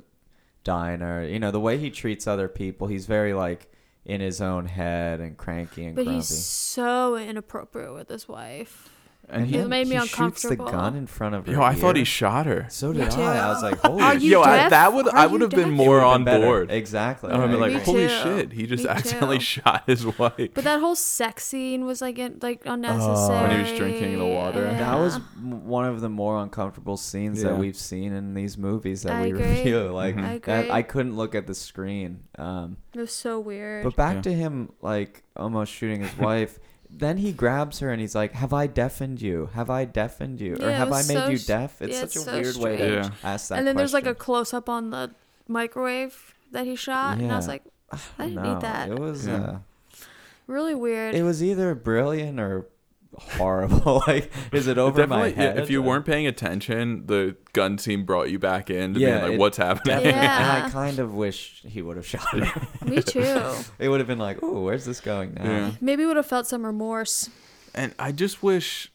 S1: diner, you know, the way he treats other people, he's very like in his own head and cranky and
S2: But
S1: grumpy.
S2: he's so inappropriate with his wife.
S3: And
S2: It
S3: he,
S1: then
S2: made me
S1: Shoots
S2: uncomfortable.
S1: the gun in front of her.
S3: yo, I thought he
S1: ear.
S3: shot her.
S1: So
S2: Me
S1: did
S2: too.
S1: I. I was like,
S2: Are
S1: holy.
S2: you
S3: yo, I,
S2: deaf?
S3: that would
S2: Are
S3: I
S2: you
S3: would have been
S2: deaf?
S3: more
S1: would've
S3: on
S1: been better.
S3: board.
S1: Exactly.
S3: I would have been
S2: Me
S3: like,
S1: agree.
S3: holy
S2: too.
S3: shit, he just
S2: Me
S3: accidentally
S2: too.
S3: shot his wife.
S2: But that whole sex scene was like in, like unnecessary.
S3: When he was drinking the water.
S2: Yeah.
S1: Oh. that was m- one of the more uncomfortable scenes that
S3: Yeah.
S1: we've seen in these movies that
S2: I
S1: we
S2: agree.
S1: review. Like
S3: Mhm.
S2: I
S1: that,
S2: agree.
S1: I couldn't look at the screen. Um,
S2: It was so weird.
S1: but back
S3: Yeah.
S1: to him, like almost shooting his wife. Then he grabs her and he's like, "Have I deafened you? Have I deafened you?
S2: Yeah,
S1: or
S2: it
S1: have I made
S2: was so
S1: you
S2: s-
S1: deaf?" It's
S2: yeah,
S1: such a
S2: it's so
S1: weird way to
S3: strange.
S1: ask that.
S2: and then there's like a
S1: question.
S2: close up on the microwave that he shot, and I was
S1: Yeah.
S2: like, I didn't
S1: No,
S2: need that.
S1: It was.
S3: Yeah.
S1: Uh,
S2: Really weird.
S1: It was either brilliant or horrible. like, is it over my
S3: Definitely, yeah,
S1: head?
S3: if you weren't paying attention, the gun scene brought you back in to
S1: Yeah,
S3: being like,
S1: it-
S3: "What's happening?"
S1: Definitely. And I
S2: Yeah.
S1: kind of wish he would have shot her.
S2: Me too.
S1: It would have been like, oh, where's this going now?
S3: Yeah.
S2: Maybe would have felt some remorse.
S3: And I just wish,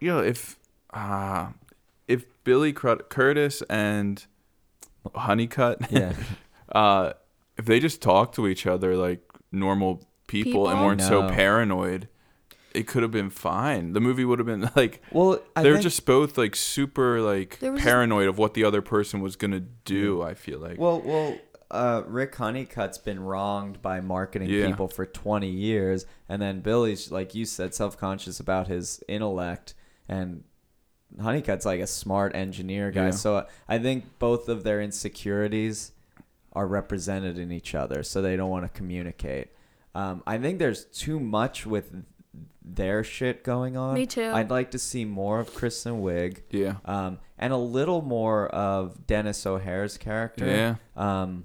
S3: you know, if uh, if Billy Crud- Curtis and Honeycutt,
S1: Yeah.
S3: uh, if they just talked to each other like normal people, and
S2: People?
S3: weren't so
S1: No.
S3: paranoid, it could have been fine. The movie would have been like
S1: Well, I
S3: they're
S1: think,
S3: just both like super like
S2: There was just-
S3: paranoid of what the other person was gonna do. I feel like
S1: Well, well, uh, Rick Honeycutt's been wronged by marketing
S3: Yeah.
S1: people for 20 years, and then Billy's, like you said, self-conscious about his intellect, and Honeycutt's like a smart engineer guy.
S3: Yeah.
S1: So I think both of their insecurities are represented in each other, so they don't want to communicate. Um, I think there's too much with their shit going on.
S2: Me too.
S1: I'd like to see more of Kristen Wiig
S3: yeah,
S1: um, and a little more of Dennis O'Hare's character.
S3: Yeah.
S1: Um,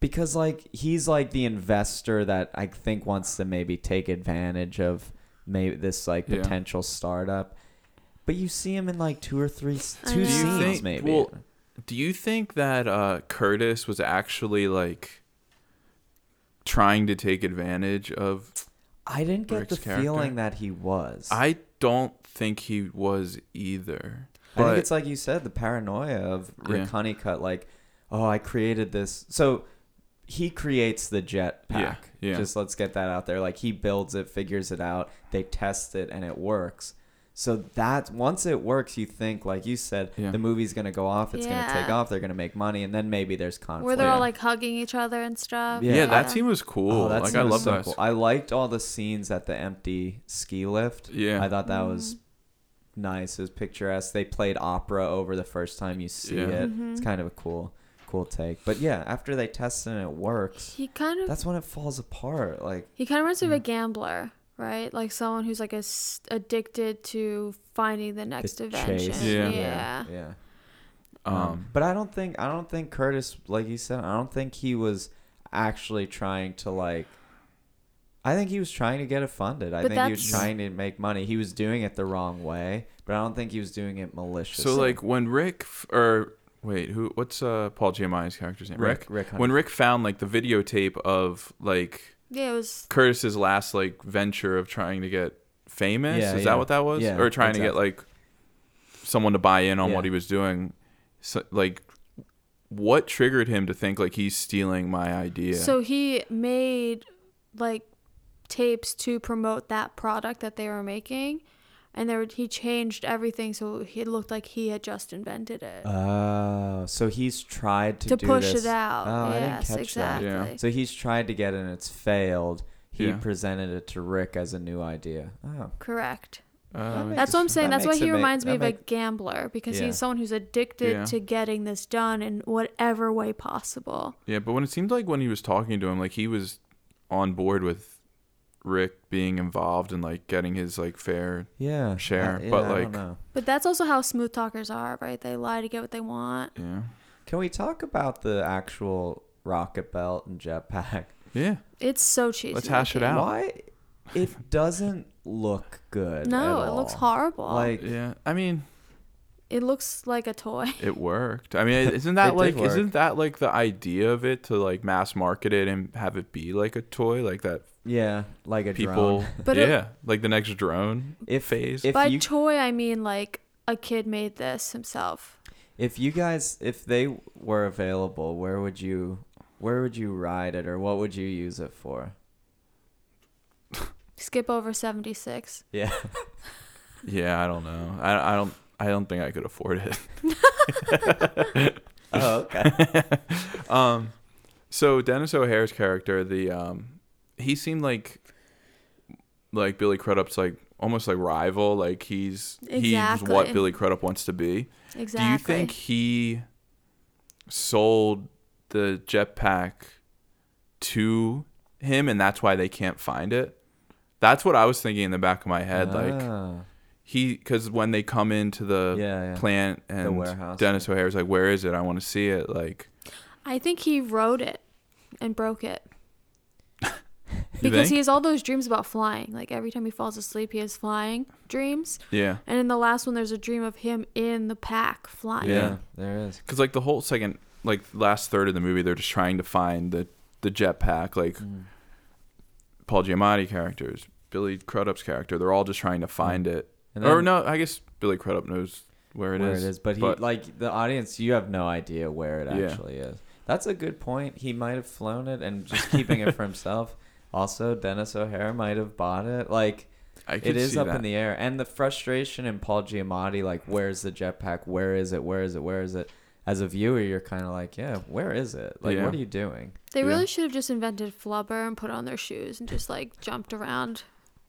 S1: because like he's like the investor that I think wants to maybe take advantage of maybe this like
S3: Yeah.
S1: potential startup. But you see him in like two or three s-
S2: I
S1: two
S2: know. Do you
S1: scenes
S3: think-
S1: maybe.
S3: well, Do you think that uh, Curtis was actually like trying to take advantage of?
S1: I didn't get
S3: Rick's
S1: the
S3: character?
S1: feeling that he was.
S3: I don't think he was either.
S1: I
S3: But-
S1: think it's like you said, the paranoia of Rick
S3: Yeah.
S1: Honeycutt, like, oh, I created this. So he creates the jet
S3: Yeah,
S1: pack.
S3: yeah.
S1: Just let's get that out there. Like he builds it, figures it out, they test it, and it works. So that once it works, you think, like you said,
S3: Yeah.
S1: the movie's gonna go off, it's gonna take
S2: Yeah.
S1: off, they're gonna make money, and then maybe there's conflict.
S2: Where they're
S3: Yeah.
S2: all like hugging each other and stuff. uh,
S1: Yeah.
S3: Yeah, that scene was cool.
S1: Oh, that
S3: like
S1: scene
S3: I
S1: was
S3: love
S1: so
S3: that.
S1: cool. I liked all the scenes at the empty ski lift.
S3: Yeah.
S1: I thought that was nice. It was picturesque. They played opera over the first time you see
S3: Yeah.
S1: it. It's kind of a cool, cool take. But yeah, after they test it and it works,
S2: He kind of
S1: that's Mm. when it falls apart. Like
S2: He kind of reminds me of a gambler, right? Like someone who's like is addicted to finding the next
S1: the
S2: invention.
S1: chase.
S2: Yeah.
S3: Yeah.
S1: yeah, yeah.
S3: um,
S1: but I don't think I don't think Curtis, like you said, I don't think he was actually trying to like. I think he was trying to get it funded. I
S2: But
S1: think he was
S2: that's-
S1: trying to make money. He was doing it the wrong way, but I don't think he was doing it maliciously.
S3: so like when Rick f- or wait, who? What's uh Paul Giamatti's character's name?
S1: Rick-
S3: Rick.
S1: Rick Hunt.
S3: when Rick found like the videotape of like
S2: Yeah, it was.
S3: Curtis's last like venture of trying to get famous.
S1: Yeah,
S3: Is
S1: yeah.
S3: that what that was?
S1: Yeah,
S3: or trying to get
S1: exactly.
S3: like someone to buy in on
S1: Yeah.
S3: what he was doing. So, like what triggered him to think like he's stealing my idea?
S2: So he made like tapes to promote that product that they were making, and there he changed everything so it looked like he had just invented it
S1: Oh, so he's tried to,
S2: to
S1: do
S2: push
S1: this-
S2: it out.
S1: Oh,
S2: yes,
S1: I didn't catch
S2: exactly.
S3: Yeah.
S1: that. So he's tried to get it and it's failed. He
S3: Yeah.
S1: presented it to Rick as a new idea. Oh,
S2: Correct.
S3: Uh,
S1: That
S2: That's what I'm saying.
S1: That
S2: That's why
S1: makes
S2: he
S1: it make-
S2: reminds me
S1: that
S2: of
S1: make-
S2: a gambler because
S1: Yeah.
S2: he's someone who's addicted
S3: Yeah.
S2: to getting this done in whatever way possible.
S3: yeah, but when it seemed like when he was talking to him, like he was on board with Rick being involved and like getting his like fair.
S1: yeah.
S3: Share,
S1: I- yeah,
S3: but,
S1: I don't
S3: like-
S1: know.
S2: But that's also how smooth talkers are, right? They lie to get what they want.
S3: Yeah.
S1: can we talk about the actual rocket belt and jetpack?
S3: Yeah.
S2: It's so cheesy.
S3: Let's hash it out.
S1: Why? It doesn't look good.
S2: No,
S1: at
S2: it looks
S1: all.
S2: horrible.
S1: Like,
S3: Yeah. I mean,
S2: it looks like a toy.
S3: it worked. I mean, isn't
S1: It
S3: that
S1: did
S3: like
S1: work.
S3: isn't that like the idea of it to like mass market it and have it be like a toy like that
S1: yeah, like a
S3: people
S1: drone.
S2: But it-
S3: yeah like the next drone
S1: If-
S3: phase
S1: if-
S2: By
S1: you-
S2: toy, I mean like a kid made this himself.
S1: If you guys, if they were available, where would you, where would you ride it, or what would you use it for?
S2: Skip over 76.
S1: Yeah.
S3: yeah i don't know I, I don't i don't think i could afford it
S1: oh, okay.
S3: um so dennis o'hare's character the um he seemed like like billy crudup's like almost like rival like he's he's
S2: Exactly.
S3: what billy crudup wants to be
S2: Exactly.
S3: do you think he sold the jetpack to him and that's why they can't find it that's what i was thinking in the back of my head like
S1: Ah.
S3: he because when they come into the
S1: Yeah, yeah.
S3: plant and
S1: warehouse,
S3: Dennis O'Hare's like, "Where is it? I want to see it." Like,
S2: I think he wrote it and broke it.
S3: You
S2: because he
S3: think?
S2: has all those dreams about flying. Like every time he falls asleep, he has flying dreams.
S3: yeah,
S2: And in the last one, there's a dream of him in the pack flying.
S1: yeah,
S3: Yeah.
S1: there is.
S3: because like the whole second, like last third of the movie, they're just trying to find the the jetpack. Like
S1: Mm.
S3: Paul Giamatti characters, Billy Crudup's character, they're all just trying to find
S1: Mm.
S3: it.
S1: And
S3: or
S1: then-
S3: no, I guess Billy Crudup knows where it is.
S1: where it is, but he like the audience. You have no idea where it
S3: Yeah.
S1: actually is. That's a good point. He might have flown it and just keeping it for himself. Also, Dennis O'Hare might have bought it. Like
S3: I could
S1: it is
S3: see
S1: up
S3: that.
S1: in the air, and the frustration in Paul Giamatti, like where's the jetpack? Where is it? Where is it? Where is it? As a viewer, you're kind of like, yeah, where is it? Like,
S3: Yeah.
S1: what are you doing?
S2: They
S3: Yeah.
S2: really should have just invented flubber and put on their shoes and just like jumped around.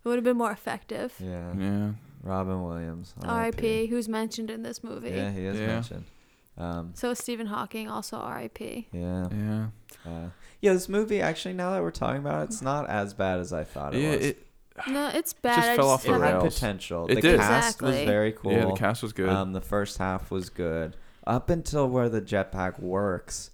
S2: It would have been more effective.
S1: Yeah,
S3: Yeah,
S1: Robin Williams,
S2: R.I.P. Who's mentioned in this movie.
S1: Yeah, he is
S3: Yeah.
S1: mentioned. Um,
S2: So is Stephen Hawking also R.I.P.
S1: yeah,
S3: yeah,
S1: Uh, yeah, this movie actually, now that we're talking about it, it's not as bad as I thought it
S3: yeah.
S1: was.
S3: It,
S2: No, it's bad. I
S3: fell
S2: just
S3: off the
S1: it
S2: haven't-
S1: had
S3: rails.
S1: potential.
S3: It
S1: the
S3: did.
S1: cast was
S2: Exactly.
S1: very cool.
S3: Yeah, the cast was good.
S1: Um, the first half was good. Up until where the jetpack works,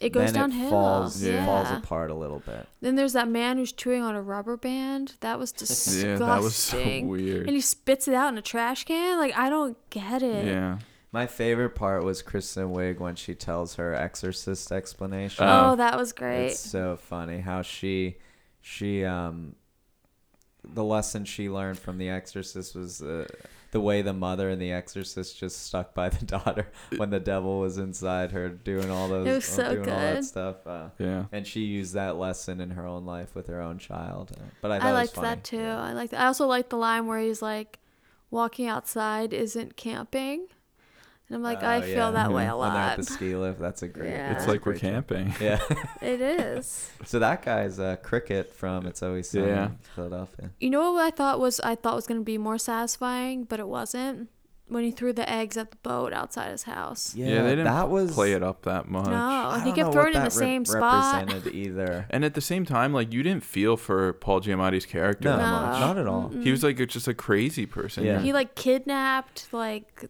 S2: It goes
S1: then
S2: downhill.
S1: It falls,
S2: yeah.
S1: falls apart a little bit.
S2: Then there's that man who's chewing on a rubber band. That was disgusting.
S3: yeah, that was so
S2: And
S3: weird.
S2: he spits it out in a trash can. Like I don't get it.
S3: Yeah,
S1: My favorite part was Kristen Wiig when she tells her exorcist explanation.
S3: Uh,
S2: oh, that was great.
S1: It's so funny how she she um the lesson she learned from the exorcist was uh, the way the mother and the exorcist just stuck by the daughter when the devil was inside her doing all those
S2: was so
S1: doing all that
S2: good.
S1: stuff. Uh,
S3: Yeah.
S1: and she used that lesson in her own life with her own child. Uh, But I, thought
S2: I
S1: it was
S2: liked
S1: funny.
S2: that too.
S1: Yeah.
S2: I liked. I also liked the line where he's like, "Walking outside isn't camping," and I'm like, I
S1: Oh,
S2: feel
S1: yeah.
S2: that way a
S1: When they're at
S2: lot.
S1: the ski lift, that's a great.
S2: Yeah.
S1: that's
S3: It's
S1: a
S3: like we're
S1: great joke.
S3: camping.
S1: Yeah.
S2: it is.
S1: So that guy's uh, cricket from It's Always Sunny
S3: Yeah.
S1: in Philadelphia.
S2: You know what I thought was I thought was gonna be more satisfying, but it wasn't. When he threw the eggs at the boat outside his house.
S3: Yeah, they didn't
S1: that was
S3: play it up that much.
S2: No,
S1: I
S2: and
S1: don't
S2: he
S1: know
S2: kept
S1: what
S2: throwing it in the
S1: that re-
S2: same spot.
S1: Represented either?
S3: And at the same time, like you didn't feel for Paul Giamatti's character
S1: No,
S3: that
S2: No.
S3: much.
S1: not at all.
S3: He was like just a crazy person.
S1: Yeah.
S2: He like kidnapped like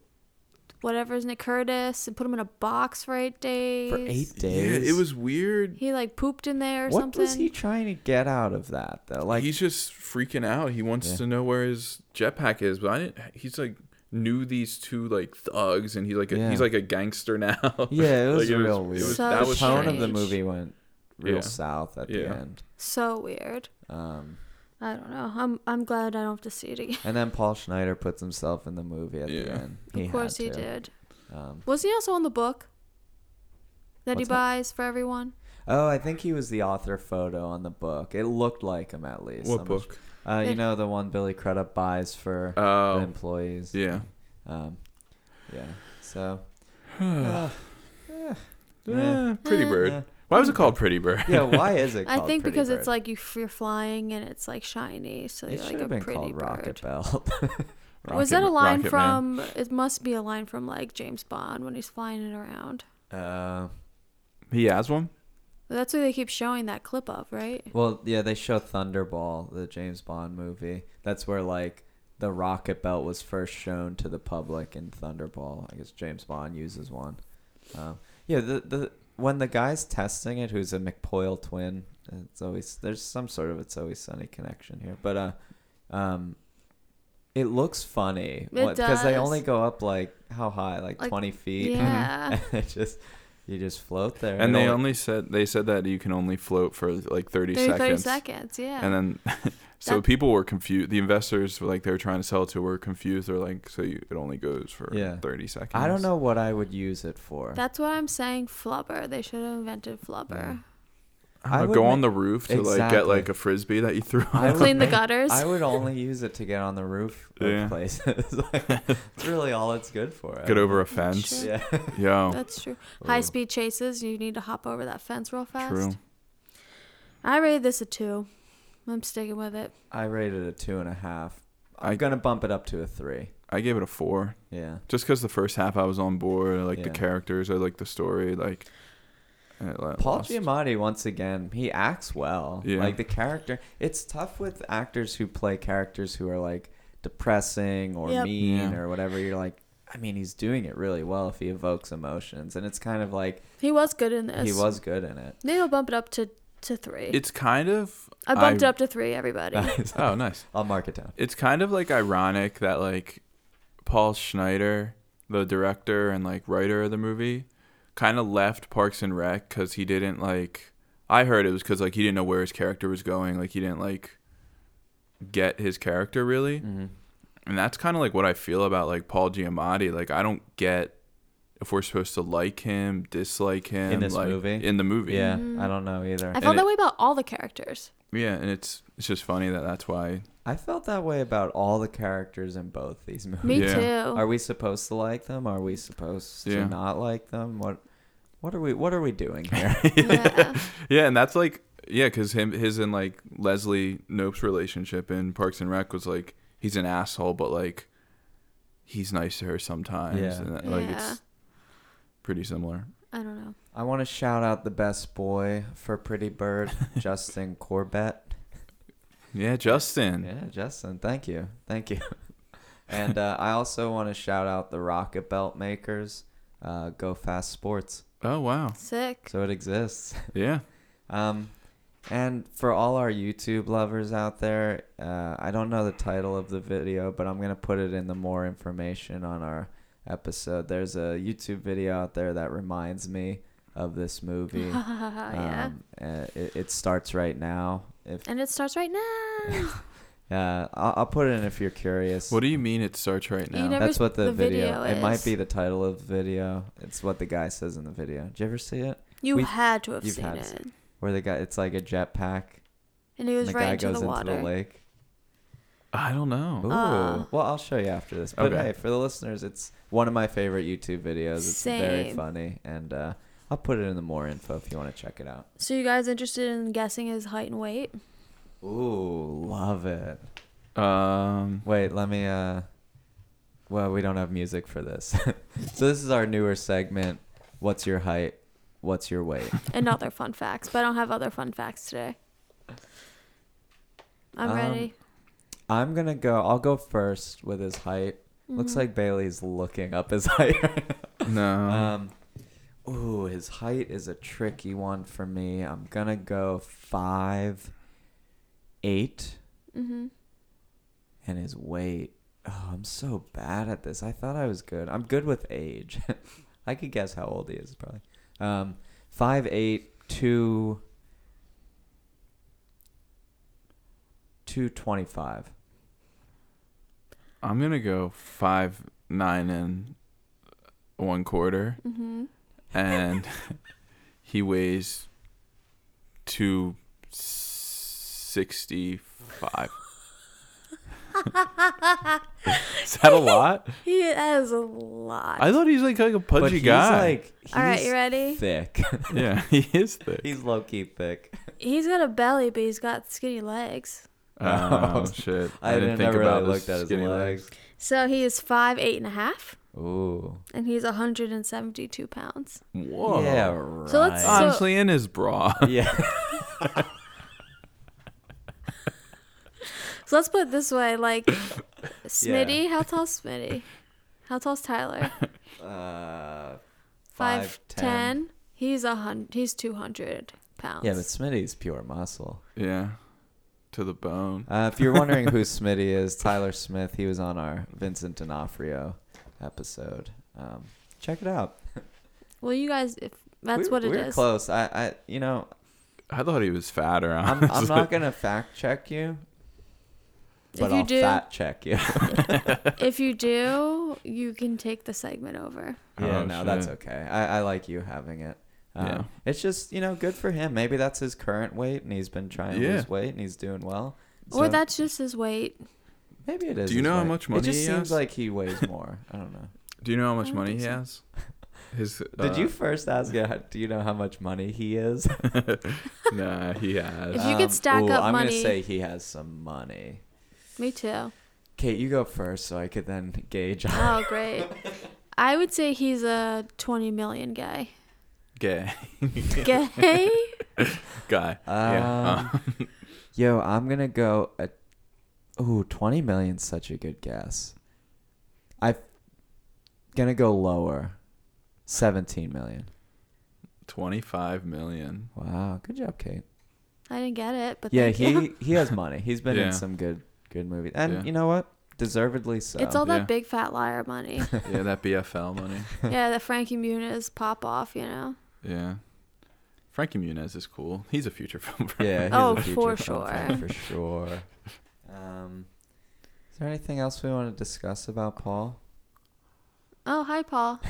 S2: whatever's Nick Curtis and put him in a box for eight days.
S1: For eight
S3: Yeah,
S1: days.
S3: it was weird.
S2: He like pooped in there or
S1: What
S2: something.
S1: was he trying to get out of that though? Like
S3: he's just freaking out. He wants
S1: Yeah.
S3: to know where his jetpack is, but I didn't. He's like knew these two like thugs, and he's like a,
S1: Yeah.
S3: he's like a gangster now.
S1: Yeah, it was
S3: Like,
S1: real
S3: it
S1: weird.
S3: was-
S2: So
S3: that
S1: the
S3: was
S1: tone
S3: strange.
S1: of the movie went real
S3: Yeah.
S1: south at the
S3: Yeah.
S1: end.
S2: So weird.
S1: Um,
S2: I don't know. I'm I'm glad I don't have to see it again.
S1: and then Paul Schneider puts himself in the movie at the
S3: Yeah.
S1: end. He
S2: of course
S1: had
S2: he
S1: to.
S2: did.
S1: Um,
S2: Was he also on the book that he
S1: What's that?
S2: buys for everyone?
S1: oh, I think he was the author photo on the book. It looked like him at least.
S3: What
S1: I'm not
S3: book?
S1: su- Uh, you
S2: Yeah.
S1: know the one Billy Crudup buys for the
S3: Oh,
S1: employees.
S3: yeah.
S1: Um, yeah. So. uh, Yeah.
S3: Eh, Pretty
S1: Yeah.
S3: Bird. Why was it called Pretty Bird?
S1: Yeah. Why is it?
S2: I
S1: Called
S2: think
S1: Pretty
S2: because
S1: Bird?
S2: it's like you, f- you're flying and it's like shiny, so
S1: It
S2: you're
S1: should
S2: like a
S1: have been
S2: pretty
S1: called
S2: bird.
S1: Rocket Bell.
S2: was
S3: Rocket-
S2: that a line
S3: Rocket Man.
S2: from? It must be a line from like James Bond when he's flying it around.
S1: uh,
S3: He has one.
S2: That's what they keep showing that clip of, right?
S1: well, yeah, they show Thunderball, the James Bond movie. That's where like the rocket belt was first shown to the public in Thunderball. I guess James Bond uses one. Um, yeah, the the when the guy's testing it, who's a McPoyle twin, it's always there's some sort of it's always sunny connection here, but uh, um, it looks funny
S2: It
S1: because they
S2: does.
S1: only go up like how high, like,
S2: Like,
S1: twenty feet.
S2: Yeah.
S1: and it just you just float there.
S3: And
S1: It
S3: they only said they said that you can only float for like
S2: 30,
S3: thirty,
S2: 30
S3: seconds.
S2: seconds, yeah.
S1: uh,
S3: And then, so
S2: That-
S3: people were confused. The investors were like they were trying to sell to were confused. They're like, so you, it only goes for
S1: Yeah.
S3: thirty seconds.
S1: I don't know what I would use it for.
S2: That's what I'm saying, flubber. They should have invented
S1: I
S2: flubber.
S3: I
S1: would
S3: would Uh, go on
S1: ma-
S3: the roof to like get like
S1: Exactly.
S3: a frisbee that you threw.
S1: I would
S2: Clean the
S1: make-
S2: gutters.
S1: I would only use it to get on the roof of
S3: Yeah.
S1: places. like, it's really all it's good for. I
S3: Get
S1: mean,
S3: over a fence.
S2: Sure.
S1: Yeah.
S3: Yo,
S2: That's true. High speed chases, you need to hop over that fence real fast.
S3: true.
S2: I rated this a two. I'm sticking with it.
S1: I rated it a two and a half. I'm
S3: I-
S1: gonna bump it up to a three.
S3: I gave it a four
S1: Yeah.
S3: just because the first half I was on board. I like
S1: Yeah.
S3: the characters. I like the story. Like I la-
S1: Paul
S3: lost.
S1: Giamatti once again, he acts well.
S3: Yeah.
S1: Like the character, it's tough with actors who play characters who are like depressing or
S2: Yep.
S1: mean
S3: Yeah.
S1: or whatever. You're like, I mean, he's doing it really well if he evokes emotions, and it's kind of like
S2: He was good in this.
S1: he was good in it.
S2: Maybe I'll bump it up to, to three.
S3: It's kind of.
S2: I bumped it up to three, everybody.
S3: Oh, nice.
S1: I'll mark it down.
S3: it's kind of like ironic that like Paul Schneider, the director and like writer of the movie, kind of left Parks and Rec because he didn't like. I heard it was because like he didn't know where his character was going. Like he didn't like get his character really,
S1: Mm-hmm.
S3: and that's kind of like what I feel about like Paul Giamatti. Like I don't get if we're supposed to like him, dislike him
S1: In this
S3: like,
S1: movie?
S3: in the movie.
S1: Yeah, I don't know either.
S2: I felt
S3: it-
S2: that way about all the characters.
S3: yeah, and it's it's just funny that that's why.
S1: I felt that way about all the characters in both these movies.
S2: Me
S3: Yeah.
S2: too.
S1: Are we supposed to like them? Are we supposed
S3: Yeah.
S1: to not like them? What what are we what are we doing here?
S2: yeah.
S3: Yeah, and that's like yeah, because him his and like Leslie Nope's relationship in Parks and Rec was like he's an asshole, but like he's nice to her sometimes.
S1: Yeah.
S3: and that, like
S2: Yeah.
S3: it's pretty similar.
S2: I don't know.
S1: I want to shout out the best boy for Pretty Bird, Justin Corbett.
S3: Yeah, Justin.
S1: Yeah, Justin, thank you. Thank you. And uh, I also want to shout out the Rocket Belt makers, uh, Go Fast Sports.
S3: Oh wow.
S2: Sick.
S1: So it exists.
S3: Yeah.
S1: Um, and for all our YouTube lovers out there, uh, I don't know the title of the video, but I'm gonna put it in the more information on our episode. There's a YouTube video out there that reminds me of this movie.
S2: Oh, yeah.
S1: Um, uh, it, it starts right now. If
S2: and it starts right now.
S1: Yeah, I'll, I'll put it in if you're curious.
S3: What do you mean it starts right
S2: You
S3: now?
S2: never-
S1: That's what the,
S2: the
S1: video.
S2: video
S1: It might
S2: is.
S1: be the title of the video. It's what the guy says in the video. Did you ever see it?
S2: You
S1: We-
S2: had to have
S1: you've
S2: seen
S1: had
S2: it.
S1: to Where the guy, it's like a jetpack,
S2: And he
S1: and
S2: was
S1: the
S2: right
S1: guy
S2: into
S1: goes
S2: the water.
S1: into the lake.
S3: I don't know.
S1: Ooh.
S2: Ah.
S1: Uh, well, I'll show you after this. But
S3: Okay.
S1: hey, for the listeners, it's one of my favorite YouTube videos. It's very
S2: Same.
S1: funny, and uh, I'll put it in the more info if you want to check it out.
S2: So you guys interested in guessing his height and weight?
S1: Ooh, love it.
S3: Um,
S1: Wait, let me. uh Well, we don't have music for this, so this is our newer segment. What's your height? What's your weight?
S2: And other fun facts, but I don't have other fun facts today. I'm
S1: Um,
S2: ready.
S1: I'm gonna go. I'll go first with his height.
S2: Mm-hmm.
S1: Looks like Bailey's looking up his height.
S3: no.
S1: um, ooh, his height is a tricky one for me. I'm gonna go five, eight,
S2: Mm-hmm.
S1: and his weight. Oh, I'm so bad at this. I thought I was good. I'm good with age. I could guess how old he is probably. Um, five, eight, two, two twenty-five.
S3: I'm gonna go five nine and one quarter,
S2: Mm-hmm.
S3: and he weighs two sixty five. Is that a lot?
S2: He has a lot.
S3: I thought he's like like a
S1: But
S3: pudgy
S1: he's
S3: guy.
S1: like,
S2: All right, you
S1: he's
S2: ready?
S1: Thick.
S3: yeah, he is thick.
S1: He's low key thick.
S2: He's got a belly, but he's got skinny legs.
S3: Oh shit!
S1: I, didn't,
S3: think
S1: ever
S3: about
S1: really looked at his
S3: skinny
S1: legs.
S2: So he is five eight and a half,
S1: Ooh.
S2: and he's 172 pounds.
S3: Whoa!
S1: Yeah, right.
S2: So let's- so-
S3: Honestly, in his bra.
S1: yeah.
S2: So let's put it this way: like Smitty, how tall's Smitty? How tall's Tyler?
S1: Uh,
S2: Five ten. He's a hun. He's 200 pounds.
S1: Yeah, but Smitty's pure muscle.
S3: yeah, to the bone.
S1: Uh, if you're wondering who Smitty is, Tyler Smith. He was on our Vincent D'Onofrio episode. Um, check it out.
S2: well, you guys, if that's
S1: We-
S2: what it
S1: we were
S2: is.
S1: close. I, I, you know,
S3: I thought he was fatter.
S1: I'm,
S3: Honestly.
S1: I'm not gonna fact check you,
S2: If
S1: but
S2: you
S1: I'll
S2: do-
S1: fat check you.
S2: if you do, you can take the segment over.
S1: Yeah,
S3: Oh,
S1: no, that's
S3: shit.
S1: okay. I, I like you having it. Um,
S3: Yeah.
S1: It's just, you know, good for him. Maybe that's his current weight and he's been trying to
S3: Yeah.
S1: lose weight and he's doing well.
S2: or
S1: So
S2: that's just his weight.
S1: maybe it is.
S3: Do you
S1: his
S3: know how
S1: weight.
S3: much
S1: It
S3: money
S1: just
S3: he
S1: seems
S3: has?
S1: like he weighs more. I don't know.
S3: Do you know how much
S2: don't
S3: money
S2: think
S3: he
S2: so.
S3: has? His. uh,
S1: Did you first ask, yeah, do you know how much money he is? Um,
S3: Nah, he has.
S2: If you could stack
S1: ooh,
S2: up
S1: I'm
S2: money-
S1: going to say he has some money.
S2: Me too.
S1: Kate, you go first so I could then gauge.
S2: Oh, great. I would say he's a 20 million guy.
S3: Gay
S2: Gay?
S3: guy.
S1: Um,
S3: yeah. Uh,
S1: Yo, I'm going to go. At, ooh, 20 million's such a good guess. I'm going to go lower. 17 million.
S3: Twenty-five million.
S1: Wow, good job, Kate.
S2: I didn't get it, but
S1: Yeah,
S2: thank
S1: he
S2: you.
S1: he has money. He's been
S3: Yeah.
S1: in some good good movies, and
S3: Yeah.
S1: you know what? Deservedly so.
S2: It's all that
S3: Yeah.
S2: big fat liar money.
S3: Yeah, that BFL money.
S2: yeah, the Frankie Muniz pop off, you know.
S3: Yeah. Frankie Muniz is cool. He's a future film.
S1: yeah. he's
S2: Oh,
S1: a future
S2: for
S1: film fan,
S2: sure.
S1: for sure. Um, is there anything else we want to discuss about Paul?
S2: Oh, hi, Paul.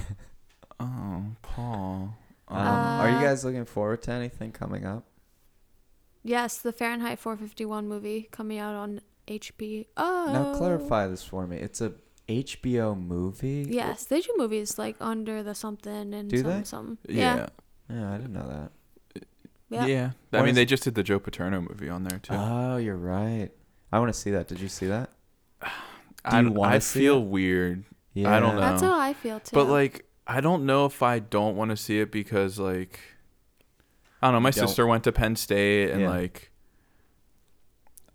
S3: Oh, Paul.
S1: Um, are you
S2: Uh,
S1: guys looking forward to anything coming up?
S2: Yes, the Fahrenheit 451 movie coming out on HBO.
S1: Now clarify this for me. It's a HBO movie.
S2: Yes, they do movies like under the something and
S1: Do
S2: some
S1: they?
S2: some.
S3: Yeah.
S1: Yeah, I didn't know that.
S3: Yeah.
S2: Yeah.
S3: I
S1: What
S3: mean,
S1: is-
S3: they just did the Joe Paterno movie on there too.
S1: Oh, you're right. I want to see that. Did you see that?
S3: I,
S1: you wanna
S3: I
S1: see
S3: feel
S1: it?
S3: weird,
S1: Yeah.
S3: I don't know.
S2: That's how I feel too.
S3: but like, I don't know if I don't want to see it because like, I don't know. My
S1: Don't.
S3: sister went to Penn State, and
S1: Yeah.
S3: like,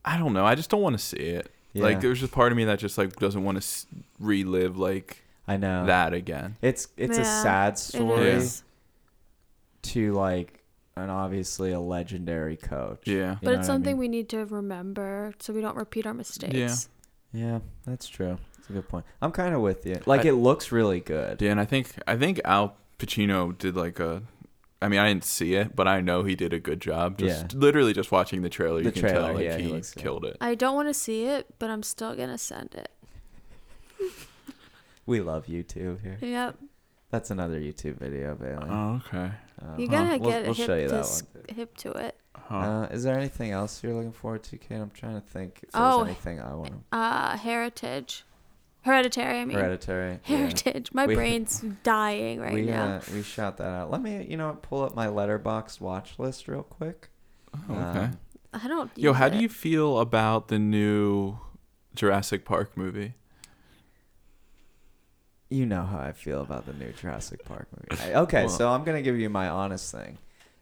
S3: I don't know. I just don't want to see it.
S1: Yeah,
S3: Like there's just part of me that just like doesn't want to s- relive like
S1: I know
S3: that again.
S1: It's it's a
S2: Yeah,
S1: sad
S2: it
S1: story.
S2: is.
S1: to like an obviously a legendary coach.
S3: Yeah.
S1: You know
S2: But it's
S1: what I
S2: something
S1: mean?
S2: we need to remember so we don't repeat our mistakes.
S1: Yeah, that's true. That's a good point. I'm kind of with you. Like it looks really good.
S3: Yeah, and I think I think Al Pacino did like a I mean, I didn't see it, but I know he did a good job. Just
S1: Yeah.
S3: literally just watching the trailer,
S1: The
S3: you can
S1: trailer,
S3: tell like
S1: yeah, he
S3: he,
S1: looks good.
S3: killed it.
S2: I don't want to see it, but I'm still gonna send it.
S1: We love YouTube here.
S2: Yep.
S1: That's another YouTube video, Bailey.
S3: Oh, okay.
S1: Um,
S2: You gotta
S1: we'll,
S2: get
S1: we'll
S2: hip,
S1: show you
S2: to
S1: that
S2: s- hip to it.
S3: Huh.
S1: one. Uh, is there anything else you're looking forward to, Kate? I'm trying to think if there's
S2: Oh,
S1: anything I want.
S2: Uh, heritage, hereditary. I mean,
S1: Hereditary. yeah.
S2: heritage. My
S1: We-
S2: brain's dying right
S1: we
S2: now.
S1: Uh, we shot that out. Let me, you know, what, pull up my letterbox watch list real quick.
S3: Oh, okay.
S1: Um,
S2: I don't.
S3: Yo,
S2: use
S3: how do
S2: it.
S3: you feel about the new Jurassic Park movie?
S1: you know how I feel about the new Jurassic Park movie. I- okay,
S3: Well-
S1: so I'm gonna give you my honest thing.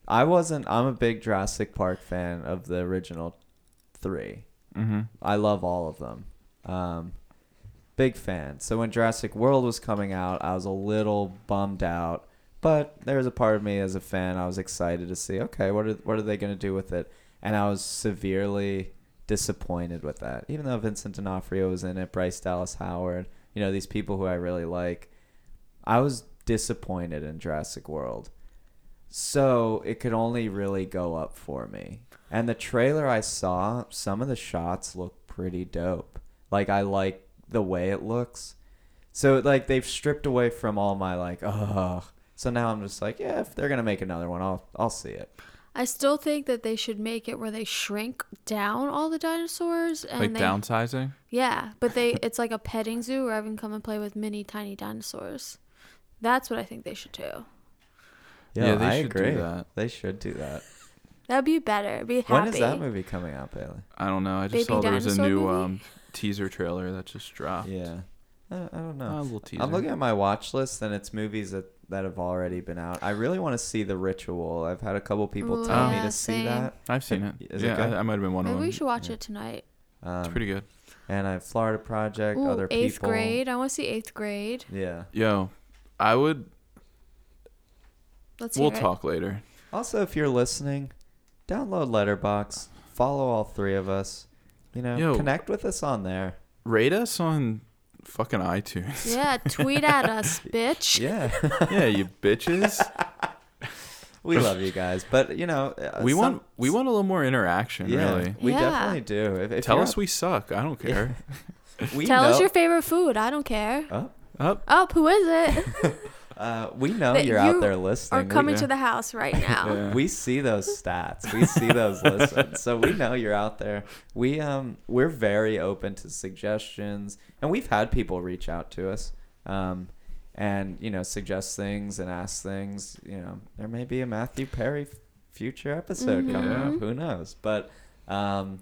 S1: I wasn't. I'm a big Jurassic Park fan of the original three.
S3: Mm-hmm.
S2: Um,
S1: I love all of them. Um, big fan. So when Jurassic World was coming out, I was a little bummed out, but there was a part of me as a fan I was excited to see. Okay, what are what are they going to do with it? And I was severely disappointed with that. Even though Vincent D'Onofrio was in it, Bryce Dallas Howard, you know these people who I really like, I was disappointed in Jurassic World. So it could only really go up for me. And the trailer I saw, some of the shots look pretty dope. Like I like the way it looks. So like they've stripped away from all my like ugh. So now I'm just like, yeah, if they're gonna make another one, I'll I'll see it.
S2: I still think that they should make it where they shrink down all the dinosaurs and
S3: Like
S2: they,
S3: downsizing?
S2: Yeah, but they it's like a petting zoo where I can come and play with mini tiny dinosaurs. That's what I think they should do.
S1: Yeah,
S3: Yeah, they
S1: I
S3: should do
S1: agree.
S3: that.
S1: They should do that.
S2: That'd be better. Be happy.
S1: When is that movie coming out, Bailey?
S3: I don't know. I just
S2: Baby
S3: saw there was a
S2: dinosaur
S3: new
S2: movie?
S3: um, teaser trailer that just dropped.
S1: Yeah, I, I don't know.
S3: Uh, A little teaser.
S1: I'm looking at my watch list and it's movies that, that have already been out. I really want to see The Ritual. I've had a couple people
S2: Ooh,
S1: tell me
S2: yeah,
S1: to see
S2: Ah, same.
S1: that.
S3: I've seen it.
S1: Is it
S3: yeah,
S1: good?
S3: I, I might have been one
S2: Maybe
S3: of them.
S2: we should watch
S1: Yeah.
S2: it tonight.
S1: Um,
S3: It's pretty good.
S1: And I have Florida Project,
S2: Ooh,
S1: other
S2: eighth
S1: people.
S2: grade. I want to see eighth grade.
S1: Yeah.
S3: Yo, I would.
S2: Let's
S3: We'll
S2: hear it.
S3: talk later.
S1: Also, if you're listening, download Letterbox, follow all three of us. You know,
S3: Yo.
S1: connect with us on there.
S3: Rate us on fucking iTunes.
S2: Yeah, tweet at us, bitch.
S1: Yeah,
S3: yeah, you bitches.
S1: we love you guys, but you know, uh,
S3: we
S1: some-
S3: want we want a little more interaction.
S1: Yeah,
S3: Really.
S1: we
S2: Yeah.
S1: definitely do. If, if
S3: Tell
S1: you're
S3: us we suck. I don't care.
S1: out- we
S2: Tell
S1: know,
S2: us your favorite food. I don't care.
S1: Oh,
S3: Up.
S2: Up, who is it?
S1: uh, we know
S2: That
S1: you're
S2: you
S1: out there
S2: Are
S1: listening. We-
S2: coming
S3: yeah.
S2: to the house right now.
S3: Yeah.
S1: we see those stats we see those listens so we know you're out there we um we're very open to suggestions and we've had people reach out to us um and you know suggest things and ask things you know there may be a matthew perry f- future episode
S2: Mm-hmm.
S1: coming
S3: Yeah.
S1: up who knows but um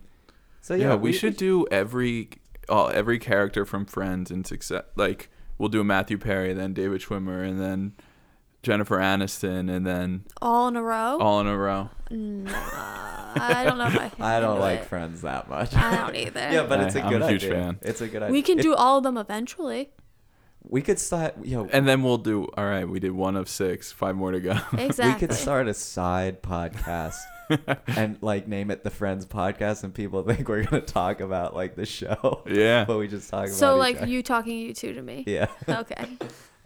S1: so yeah,
S3: yeah, we, should do every oh, every character from Friends and success. Like we'll do Matthew Perry, then David Schwimmer, and then Jennifer Aniston, and then
S2: All in a row?
S3: all in a row.
S2: Nah, I don't know if I can
S1: i don't
S2: handle
S1: like
S2: it.
S1: friends that much
S2: I don't either.
S1: yeah but it's a
S3: I- I'm
S1: good
S3: a huge
S1: idea
S3: fan.
S1: it's a good idea
S2: we can
S1: If-
S2: do all of them eventually.
S1: we could start yo
S3: And then we'll do all right. We did one of six, five more to go.
S2: Exactly.
S1: We could start a side podcast and like name it the Friends Podcast, and people think we're gonna talk about like the show,
S3: yeah,
S1: but we just talk about
S2: So
S1: each
S2: like
S1: other.
S2: you talking you two to me.
S1: yeah.
S2: Okay.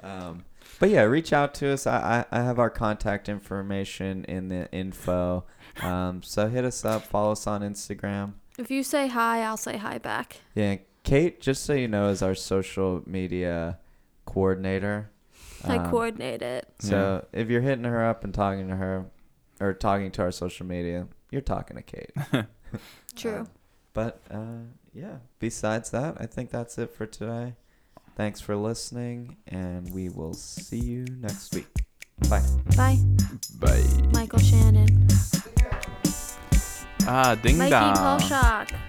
S1: Um, but yeah, reach out to us. I, I I have our contact information in the info. Um, so hit us up, follow us on Instagram.
S2: If you say hi, I'll say hi back.
S1: Yeah, Kate, just so you know, is our social media coordinator.
S2: I
S1: Um,
S2: coordinate it.
S1: So if you're hitting her up and talking to her, or talking to our social media, you're talking to Kate.
S2: True.
S1: Um, but uh, yeah, besides that, I think that's it for today. Thanks for listening, and we will see you next week. Bye.
S2: Bye,
S3: bye.
S2: Michael Shannon.
S3: Ah, ding
S2: Mikey
S3: dong.
S2: Polshock.